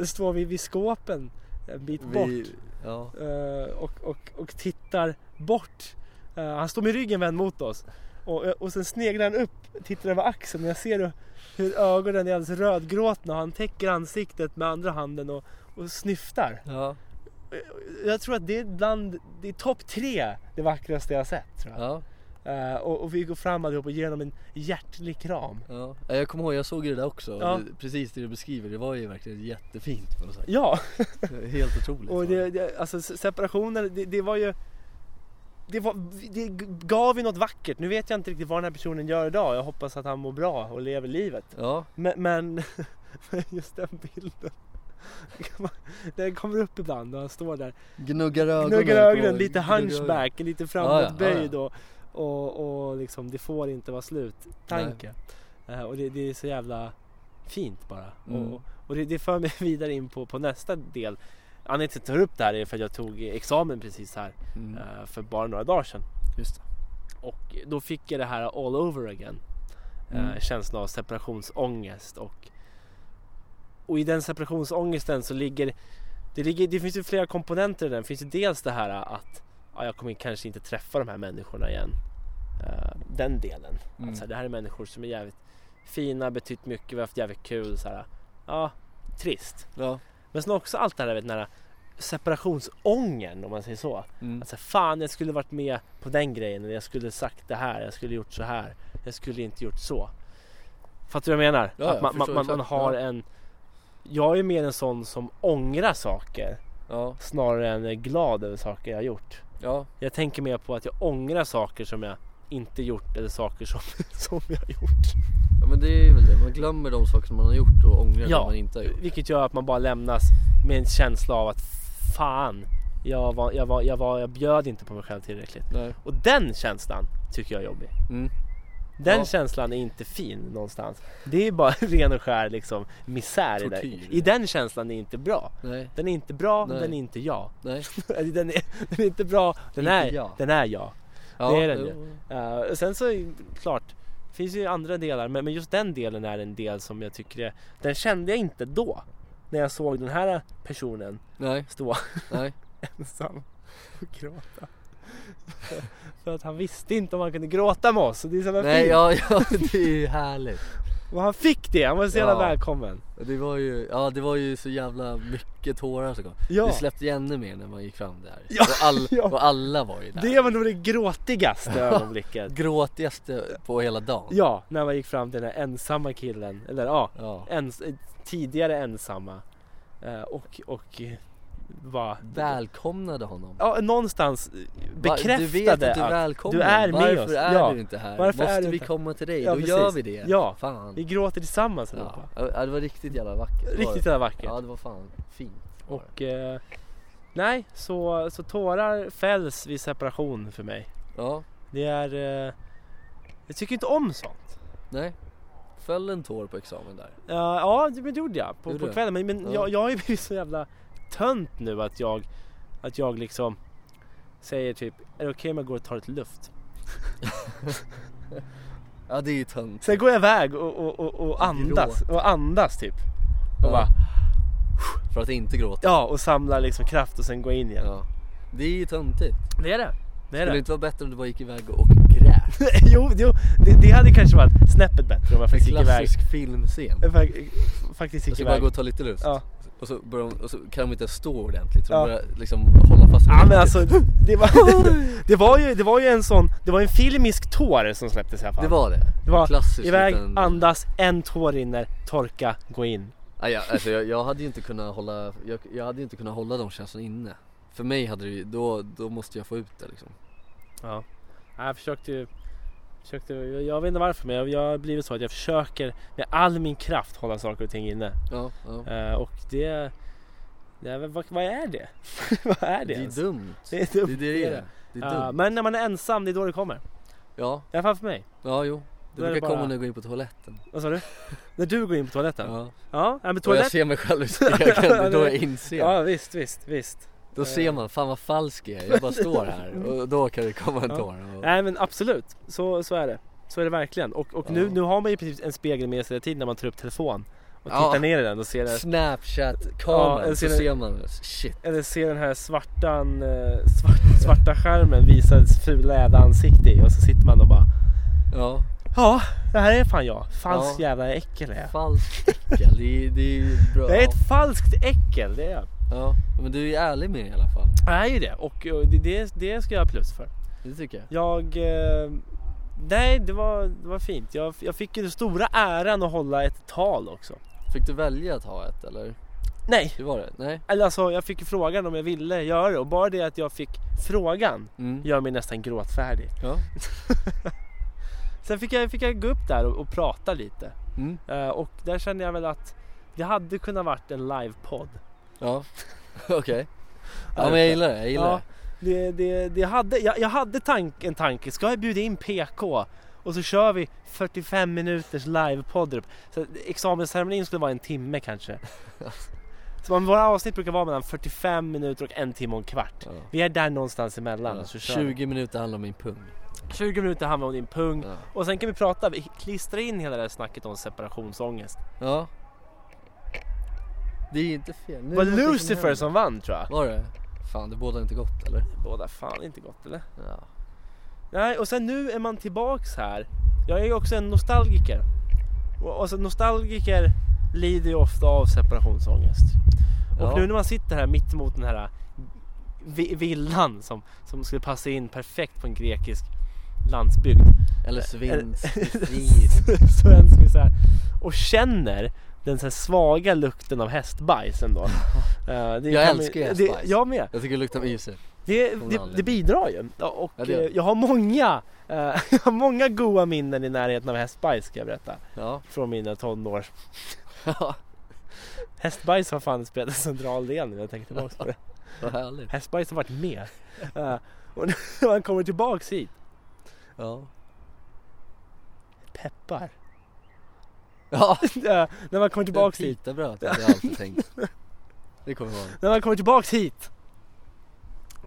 Speaker 2: och står vid, vid skåpen en bit bort.
Speaker 1: vi, ja.
Speaker 2: Eh, och, och, och tittar bort. Eh, han står med ryggen vänd mot oss. Och, och sen sneglar han upp, tittar över axeln och jag ser hur, hur ögonen är alldeles rödgråtna och han täcker ansiktet med andra handen och, och snyftar.
Speaker 1: Ja,
Speaker 2: Jag tror att det är bland, det är topp tre det vackraste jag har sett. Tror jag.
Speaker 1: ja,
Speaker 2: Eh, och, och vi går fram allihop och ger honom en hjärtlig kram.
Speaker 1: ja. Ja, Jag kommer ihåg, jag såg ju det där också.
Speaker 2: Ja.
Speaker 1: Det- Precis det du beskriver, det var ju verkligen jättefint på något sätt.
Speaker 2: Ja,
Speaker 1: Helt otroligt.
Speaker 2: och det, det, alltså se- separationen, det, det var ju det, var, det gav ju något vackert. Nu vet jag inte riktigt vad den här personen gör idag. Jag hoppas att han mår bra och lever livet.
Speaker 1: Ja,
Speaker 2: Men, men (laughs) just den bilden. Den kommer upp ibland och han står där.
Speaker 1: gnuggar ögonen.
Speaker 2: Gnuggar
Speaker 1: på-
Speaker 2: ögonen, lite
Speaker 1: gnuggar ögonen.
Speaker 2: hunchback, lite framåtböjd och, och, och liksom det får inte vara slut. Tanke. Eh, Och det, det är så jävla fint bara.
Speaker 1: Mm.
Speaker 2: Och, och det, det för mig (laughs) vidare in på, på nästa del. Anledningen till att jag tar upp det här är för att jag tog examen precis här
Speaker 1: Mm,
Speaker 2: eh, för bara några dagar sedan.
Speaker 1: just det.
Speaker 2: Och då fick jag det här all over again. Eh,
Speaker 1: Mm.
Speaker 2: känslan av separationsångest och, och i den separationsångesten så ligger det, ligger det finns ju flera komponenter i den. Det finns ju dels det här att ja, jag kommer kanske inte träffa de här människorna igen. Eh, den delen.
Speaker 1: Mm.
Speaker 2: Att så här, alltså, det här är människor som är jävligt fina, betytt mycket, vi har haft jävligt kul. Så här, ja, trist.
Speaker 1: Ja.
Speaker 2: Men sen också allt det här, vet, den här separationsångern om man säger så.
Speaker 1: Mm.
Speaker 2: Att så här, fan jag skulle varit med på den grejen, eller jag skulle sagt det här, jag skulle gjort så här, jag skulle inte gjort så. Fattar du vad jag menar?
Speaker 1: Ja,
Speaker 2: att
Speaker 1: jag
Speaker 2: man, man,
Speaker 1: förstår
Speaker 2: man, man
Speaker 1: exakt,
Speaker 2: har
Speaker 1: ja.
Speaker 2: en... Jag är mer en sån som ångrar saker
Speaker 1: Ja,
Speaker 2: snarare än är glad över saker jag har gjort.
Speaker 1: ja,
Speaker 2: Jag tänker mer på att jag ångrar saker som jag inte gjort eller saker som, (laughs) som jag har gjort.
Speaker 1: ja, men det är väl det. Man glömmer de saker som man har gjort och ångrar det
Speaker 2: Ja.
Speaker 1: man inte har gjort.
Speaker 2: Vilket gör att man bara lämnas med en känsla av att fan, jag, var, jag, var, jag, var, jag bjöd inte på mig själv tillräckligt.
Speaker 1: Nej.
Speaker 2: Och den känslan tycker jag är jobbig.
Speaker 1: Mm.
Speaker 2: Den
Speaker 1: Ja.
Speaker 2: känslan är inte fin någonstans. Det är bara (laughs) ren och skär liksom misär i den.
Speaker 1: Tortyr.
Speaker 2: I den känslan är inte bra.
Speaker 1: Nej,
Speaker 2: Den är inte bra,
Speaker 1: Nej.
Speaker 2: den är inte jag. (laughs)
Speaker 1: nej.
Speaker 2: Eller den, är, den är inte bra, den
Speaker 1: Inte
Speaker 2: är
Speaker 1: jag.
Speaker 2: jag. Den är jag.
Speaker 1: Ja,
Speaker 2: Det är den ju.
Speaker 1: jo.
Speaker 2: Eh, sen så är- klart, det finns ju andra delar men, men just den delen är en del som jag tycker är, den kände jag inte då. När jag såg den här personen
Speaker 1: Nej,
Speaker 2: stå (laughs)
Speaker 1: nej.
Speaker 2: ensam och gråta. (laughs) För att han visste inte om han kunde gråta med oss. Och det är så jävla
Speaker 1: Nej,
Speaker 2: fint.
Speaker 1: ja, (laughs) ja, det är ju härligt.
Speaker 2: Och han fick det, han var så jävla
Speaker 1: Ja.
Speaker 2: välkommen.
Speaker 1: Det var ju, ja det var ju så jävla mycket tårar som kom.
Speaker 2: Ja.
Speaker 1: Det släppte ju ännu mer när man gick fram där.
Speaker 2: Ja,
Speaker 1: Och, all,
Speaker 2: (laughs) ja.
Speaker 1: och alla var ju där.
Speaker 2: Det var nog
Speaker 1: (laughs)
Speaker 2: det gråtigaste ögonblicket.
Speaker 1: Gråtigaste på hela dagen.
Speaker 2: Ja, när man gick fram till den här ensamma killen. Eller ja,
Speaker 1: Ja.
Speaker 2: ens, eh, tidigare ensamma. Eh, Och, och eh, var...
Speaker 1: Välkomnade honom.
Speaker 2: Ja, någonstans eh,
Speaker 1: Va-
Speaker 2: bekräftade
Speaker 1: Du vet att du är
Speaker 2: att-
Speaker 1: välkommen.
Speaker 2: du är med
Speaker 1: Varför
Speaker 2: oss.
Speaker 1: är
Speaker 2: Ja.
Speaker 1: du inte här?
Speaker 2: Varför
Speaker 1: Måste
Speaker 2: är du
Speaker 1: vi
Speaker 2: inte-
Speaker 1: komma till dig?
Speaker 2: Ja,
Speaker 1: Då
Speaker 2: precis.
Speaker 1: gör vi det.
Speaker 2: Ja. Vi
Speaker 1: Fan.
Speaker 2: gråter tillsammans allihopa.
Speaker 1: Ja. ja, det var riktigt jävla vackert. var det?
Speaker 2: Riktigt jävla vackert.
Speaker 1: Ja det var fan fint.
Speaker 2: Och eh, Nej, så, så tårar fälls vid separation för mig.
Speaker 1: Ja,
Speaker 2: Det är... Eh, jag tycker inte om sånt.
Speaker 1: nej. Föll en tår på examen där.
Speaker 2: Eh, ja, det men det gjorde jag på,
Speaker 1: Gjorde
Speaker 2: på
Speaker 1: du?
Speaker 2: kvällen. Men, men
Speaker 1: Ja.
Speaker 2: jag, jag har ju blivit så jävla tönt nu att jag, att jag liksom säger typ, är det okej om jag går och tar ett luft?
Speaker 1: Ja, det är ju tönt.
Speaker 2: Sen går jag iväg och, och, och, och andas, och andas typ. Och
Speaker 1: Ja.
Speaker 2: bara,
Speaker 1: (sighs) För att inte gråta.
Speaker 2: ja, och samlar liksom kraft och sen går jag in igen.
Speaker 1: Ja. Det är ju töntigt.
Speaker 2: Det är det. Det är
Speaker 1: Skulle det
Speaker 2: det.
Speaker 1: inte vara bättre om du bara gick iväg och grät?
Speaker 2: jo, jo det, det hade kanske varit snäppet bättre om jag
Speaker 1: En
Speaker 2: faktiskt (laughs) gick iväg.
Speaker 1: klassisk filmscen.
Speaker 2: Jag fak- Faktiskt
Speaker 1: Och
Speaker 2: gick
Speaker 1: så bara
Speaker 2: iväg.
Speaker 1: gå och ta lite luft.
Speaker 2: Ja.
Speaker 1: Och, så börjar de, och så kan de inte stå ordentligt. Så
Speaker 2: Ja.
Speaker 1: de börjar liksom hålla fast
Speaker 2: Ja men alltså, det var, (laughs) det var, ju, det var ju en sån, det var en filmisk tår som släpptes i alla fall.
Speaker 1: Det var det.
Speaker 2: Det var
Speaker 1: klassiskt.
Speaker 2: iväg,
Speaker 1: liten-
Speaker 2: andas, en tår rinner, torka, gå in.
Speaker 1: Nej, jag, alltså, jag, jag hade ju inte kunnat hålla, jag, jag hade ju inte kunnat hålla de känslorna inne. För mig hade det ju, då, då måste jag få ut det liksom.
Speaker 2: Ja. Jag försökte ju, försökte, jag jag vet inte varför men jag, jag har blivit så att jag försöker med all min kraft hålla saker och ting inne.
Speaker 1: Ja, ja.
Speaker 2: Eh, och det, det är, väl- vad, vad är det? (laughs) vad är det,
Speaker 1: Det är
Speaker 2: ens?
Speaker 1: dumt.
Speaker 2: Det är
Speaker 1: Det
Speaker 2: dumt.
Speaker 1: är det det är. Det är
Speaker 2: Ja,
Speaker 1: dumt.
Speaker 2: men när man är ensam, det är då det kommer. I
Speaker 1: Ja,
Speaker 2: alla fall för mig.
Speaker 1: ja jo. Det
Speaker 2: Då är det
Speaker 1: brukar
Speaker 2: bara-
Speaker 1: komma när jag går in på toaletten. (laughs)
Speaker 2: Vad sa du? när du går in på toaletten?
Speaker 1: Ja.
Speaker 2: Ja, ja men
Speaker 1: Och jag
Speaker 2: toalett...
Speaker 1: ser mig själv i
Speaker 2: (laughs)
Speaker 1: spegeln, det är då jag inser.
Speaker 2: Ja visst, visst, visst.
Speaker 1: Då ser man, fan vad falsk jag är. Jag bara står här och då kan det komma en
Speaker 2: Mm. Ja.
Speaker 1: tår. Och...
Speaker 2: Nej men absolut, så, så är det. Så är det verkligen. Och, och nu,
Speaker 1: Ja.
Speaker 2: nu har man ju precis en spegel med sig hela tiden när man tar upp telefon och
Speaker 1: Ja.
Speaker 2: tittar ner i den och
Speaker 1: (laughs)
Speaker 2: ser den, Ja,
Speaker 1: Snapchat-kameran
Speaker 2: jag ser
Speaker 1: så
Speaker 2: det.
Speaker 1: ser man, shit.
Speaker 2: eller ser den här svartan, eh, svart, svarta skärmen visa ett fula jävla ansikte i och så sitter man och bara
Speaker 1: Ja,
Speaker 2: Ja, det här är fan jag. Falskt
Speaker 1: Ja.
Speaker 2: jävla äckel är jag.
Speaker 1: falskt äckel. Det är, det är ju bra.
Speaker 2: Jag är ett falskt äckel, det är jag.
Speaker 1: Ja, men du är ju ärlig med det i alla fall.
Speaker 2: Jag är ju det och, och det, det, det ska jag ha plus för.
Speaker 1: Det tycker jag.
Speaker 2: Jag... Eh, nej, det var, det var fint. Jag, jag fick ju den stora äran att hålla ett tal också.
Speaker 1: Fick du välja att ha ett eller?
Speaker 2: Nej,
Speaker 1: Hur var det? Nej?
Speaker 2: eller alltså jag fick ju frågan om jag ville göra det och bara det att jag fick frågan
Speaker 1: Mm.
Speaker 2: gör mig nästan gråtfärdig.
Speaker 1: Ja.
Speaker 2: Sen fick jag, fick jag gå upp där och, och prata lite
Speaker 1: Mm.
Speaker 2: Eh, och där kände jag väl att det hade kunnat varit en livepodd.
Speaker 1: Ja. (laughs) Okej. Ja men jag gillar det, jag gillar
Speaker 2: Ja,
Speaker 1: det.
Speaker 2: det, det, det hade, jag, jag hade tank, en tanke, ska jag bjuda in PK och så kör vi 45 minuters livepodd. upp. Så att Examensceremonin skulle vara en timme (laughs) kanske. Så man, våra avsnitt brukar vara mellan 45 minuter och en timme och en kvart.
Speaker 1: Ja.
Speaker 2: Vi är där någonstans emellan.
Speaker 1: Ja.
Speaker 2: Så kör vi.
Speaker 1: 20 minuter handlar om min pung.
Speaker 2: 20 minuter handlar om din pung
Speaker 1: Ja.
Speaker 2: och sen kan vi prata, vi klistrar in hela det här snacket om separationsångest.
Speaker 1: ja. Det är inte fel. Nu
Speaker 2: Det var
Speaker 1: är det någonting
Speaker 2: Lucifer
Speaker 1: händer.
Speaker 2: som vann tror jag.
Speaker 1: Var det? Fan det bådar inte gott eller?
Speaker 2: Båda fan inte gott eller?
Speaker 1: Ja.
Speaker 2: Nej, och sen nu är man tillbaks här. Jag är ju också en nostalgiker. Och alltså, nostalgiker lider ju ofta av separationsångest.
Speaker 1: Ja.
Speaker 2: Och nu när man sitter här mitt emot den här äh, vi- villan som, som skulle passa in perfekt på en grekisk
Speaker 1: (laughs)
Speaker 2: landsbygd.
Speaker 1: Eller svins. (laughs)
Speaker 2: Svensk misär. Och känner den så här svaga lukten av
Speaker 1: (laughs)
Speaker 2: hästbajs ändå. Eh, det
Speaker 1: Jag
Speaker 2: kan-
Speaker 1: älskar ju
Speaker 2: det-
Speaker 1: hästbajs.
Speaker 2: Jag med.
Speaker 1: jag tycker det luktar myser.
Speaker 2: Det,
Speaker 1: någon
Speaker 2: det, det
Speaker 1: anledning.
Speaker 2: bidrar ju. Ja, Och
Speaker 1: Ja, det gör det.
Speaker 2: eh, jag har många, eh, (laughs) jag har många goa minnen i närheten av hästbajs ska jag berätta.
Speaker 1: Ja. (laughs)
Speaker 2: Från mina tonår. Hästbajs har fan spelat en central del nu när jag tänker tillbaka
Speaker 1: (laughs)
Speaker 2: på det.
Speaker 1: Vad härligt.
Speaker 2: Hästbajs har varit med. Eh, och (laughs) när man kommer tillbaks hit,
Speaker 1: Ja.
Speaker 2: peppar.
Speaker 1: Ja.
Speaker 2: (laughs) Eh, när man kommer tillbaks hit,
Speaker 1: Pitabröd hade jag
Speaker 2: (laughs)
Speaker 1: alltid tänkt. Det kommer jag ihåg.
Speaker 2: när man kommer tillbaks hit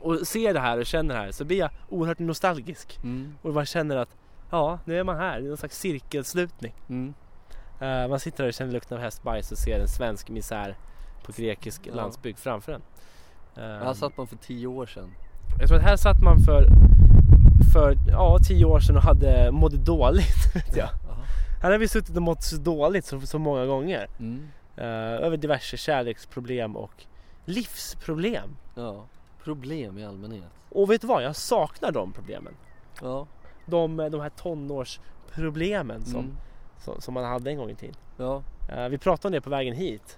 Speaker 2: och ser det här och känner det här så blir jag oerhört nostalgisk.
Speaker 1: Mm.
Speaker 2: Och man känner att ja, nu är man här. Det är någon slags cirkelslutning.
Speaker 1: Mm.
Speaker 2: Eh, man sitter där och känner lukten av hästbajs och ser en svensk misär på grekisk
Speaker 1: Ja.
Speaker 2: landsbygd framför en.
Speaker 1: Det
Speaker 2: Eh,
Speaker 1: här satt man för tio år sedan.
Speaker 2: Jag tror att här satt man för, för ja, tio år sedan och hade mådde dåligt. (laughs) Vet jag.
Speaker 1: Aha.
Speaker 2: Här har vi suttit och mått så dåligt så, så många gånger.
Speaker 1: Mm.
Speaker 2: Eh, över diverse kärleksproblem och livsproblem.
Speaker 1: Ja. Problem i allmänhet.
Speaker 2: Och vet du vad? Jag saknar de problemen.
Speaker 1: Ja.
Speaker 2: De, de här tonårsproblemen som,
Speaker 1: Mm.
Speaker 2: som, som man hade en gång i tiden.
Speaker 1: Ja.
Speaker 2: Eh, Vi pratade om det på vägen hit.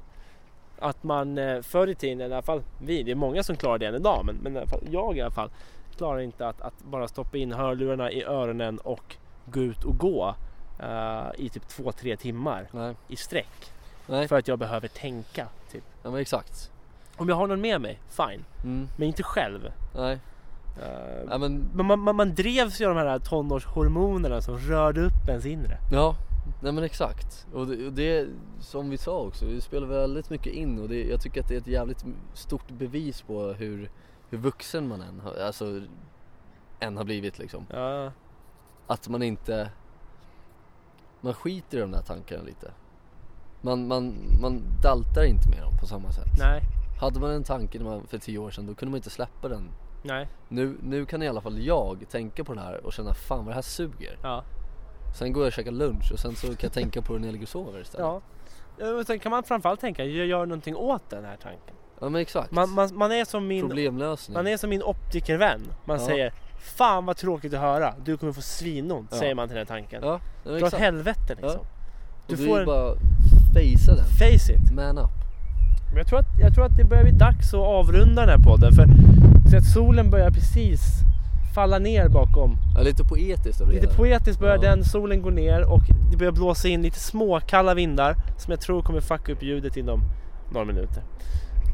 Speaker 2: Att man eh, förr i tiden, i alla fall vi, det är många som klarar det än idag, men, men i alla fall, jag i alla fall klarar inte att, att bara stoppa in hörlurarna i öronen och gå ut och gå eh, i typ två, tre timmar
Speaker 1: Nej.
Speaker 2: i sträck.
Speaker 1: Nej.
Speaker 2: För att jag behöver tänka. Typ.
Speaker 1: Ja men exakt.
Speaker 2: Och Om jag har någon med mig, fine.
Speaker 1: Mm,
Speaker 2: Men inte själv.
Speaker 1: nej.
Speaker 2: Eh,
Speaker 1: Ja, men,
Speaker 2: men man, man, man drevs ju av de här tonårshormonerna som rörde upp ens inre.
Speaker 1: ja. Nej men exakt. Och det, och det som vi sa också, det spelar väldigt mycket in och det, jag tycker att det är ett jävligt stort bevis på hur, hur vuxen man än har, alltså, än har blivit liksom.
Speaker 2: Ja,
Speaker 1: Att man inte, man skiter i de där tankarna lite. Man, man, man daltar inte med dem på samma sätt.
Speaker 2: nej,
Speaker 1: Hade man en tanke när man, för tio år sedan då kunde man inte släppa den.
Speaker 2: nej,
Speaker 1: Nu, nu kan i alla fall jag tänka på den här och känna fan vad det här suger.
Speaker 2: ja.
Speaker 1: Sen går jag och käkar lunch och sen så kan jag tänka på det när jag ligger och sover istället. Ja,
Speaker 2: ja. Eh, men Sen kan man framförallt tänka, jag gör någonting åt den här tanken.
Speaker 1: men exakt.
Speaker 2: Man, man, man är som min
Speaker 1: Problemlösning.
Speaker 2: Man är som min optikervän. Man
Speaker 1: Ja.
Speaker 2: säger Fan vad tråkigt att höra. Du kommer få svinont
Speaker 1: Ja.
Speaker 2: säger man till den här tanken.
Speaker 1: Ja, ja men
Speaker 2: Dra åt
Speaker 1: exakt.
Speaker 2: helvete liksom.
Speaker 1: Du
Speaker 2: Du
Speaker 1: och då är
Speaker 2: får
Speaker 1: det
Speaker 2: en-
Speaker 1: bara fejsa den.
Speaker 2: Face it.
Speaker 1: Man up.
Speaker 2: Men jag tror, att, jag tror att det börjar bli dags att avrunda den här podden. För så att solen börjar precis falla ner bakom.
Speaker 1: Ja, lite poetiskt av det
Speaker 2: Lite
Speaker 1: hela.
Speaker 2: poetiskt börjar
Speaker 1: Ja.
Speaker 2: den, solen går ner och det börjar blåsa in lite små kalla vindar. Som jag tror kommer fucka upp ljudet inom några minuter.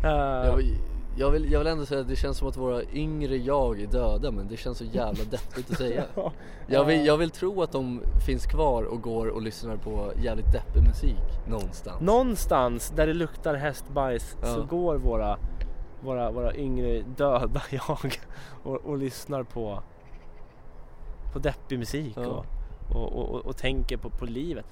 Speaker 2: Eh,
Speaker 1: jag, vill, jag, vill, jag vill ändå säga att det känns som att våra yngre jag är döda men det känns så jävla deppigt att säga.
Speaker 2: Eh, (laughs) Ja.
Speaker 1: Jag vill, jag vill tro att de finns kvar och går och lyssnar på jävligt deppig musik någonstans.
Speaker 2: Någonstans där det luktar hästbajs så
Speaker 1: Ja.
Speaker 2: går våra, våra, våra yngre döda (laughs) jag och, och lyssnar på, på deppig musik
Speaker 1: Ja.
Speaker 2: och, och, och, och, och tänker på, på livet.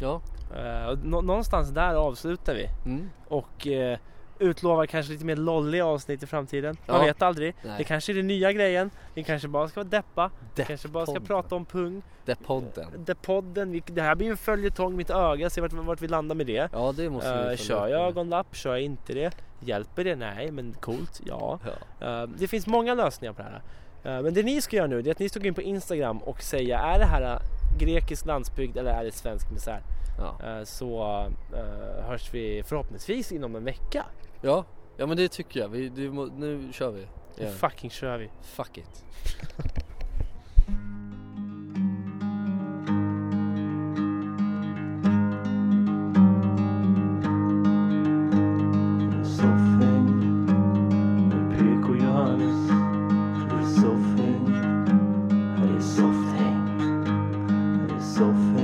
Speaker 1: Ja.
Speaker 2: Eh, och nå- någonstans där avslutar vi
Speaker 1: Mm.
Speaker 2: och eh, utlovar kanske lite mer lolliga avsnitt i framtiden. Man
Speaker 1: Ja.
Speaker 2: vet aldrig.
Speaker 1: Nej.
Speaker 2: Det kanske är den nya grejen. Vi kanske bara ska vara deppa. Vi kanske bara ska
Speaker 1: Depp-podden.
Speaker 2: prata om pung.
Speaker 1: Depp-podden.
Speaker 2: Det podden, vi, det här blir ju en följetong mitt öga. Se vart, vart vi landar med det.
Speaker 1: Ja det måste vi
Speaker 2: Eh,
Speaker 1: följa
Speaker 2: kör
Speaker 1: upp
Speaker 2: jag
Speaker 1: med.
Speaker 2: ögonlapp? Kör jag inte det? Hjälper det? Nej, men coolt. Ja.
Speaker 1: Ja.
Speaker 2: Eh, det finns många lösningar på det här. Eh, men det ni ska göra nu det är att ni ska gå in på Instagram och säga är det här eh, grekisk landsbygd eller är det svensk misär?
Speaker 1: Ja.
Speaker 2: Eh, så eh, hörs vi förhoppningsvis inom en vecka.
Speaker 1: ja. Ja men det tycker jag. Vi, du, må- nu kör vi.
Speaker 2: Nu
Speaker 1: Ja.
Speaker 2: fucking kör vi.
Speaker 1: Fuck it.
Speaker 3: Soffhäng med PK Johannes. Det är soffhäng. Här är softhäng. Här är soffhäng.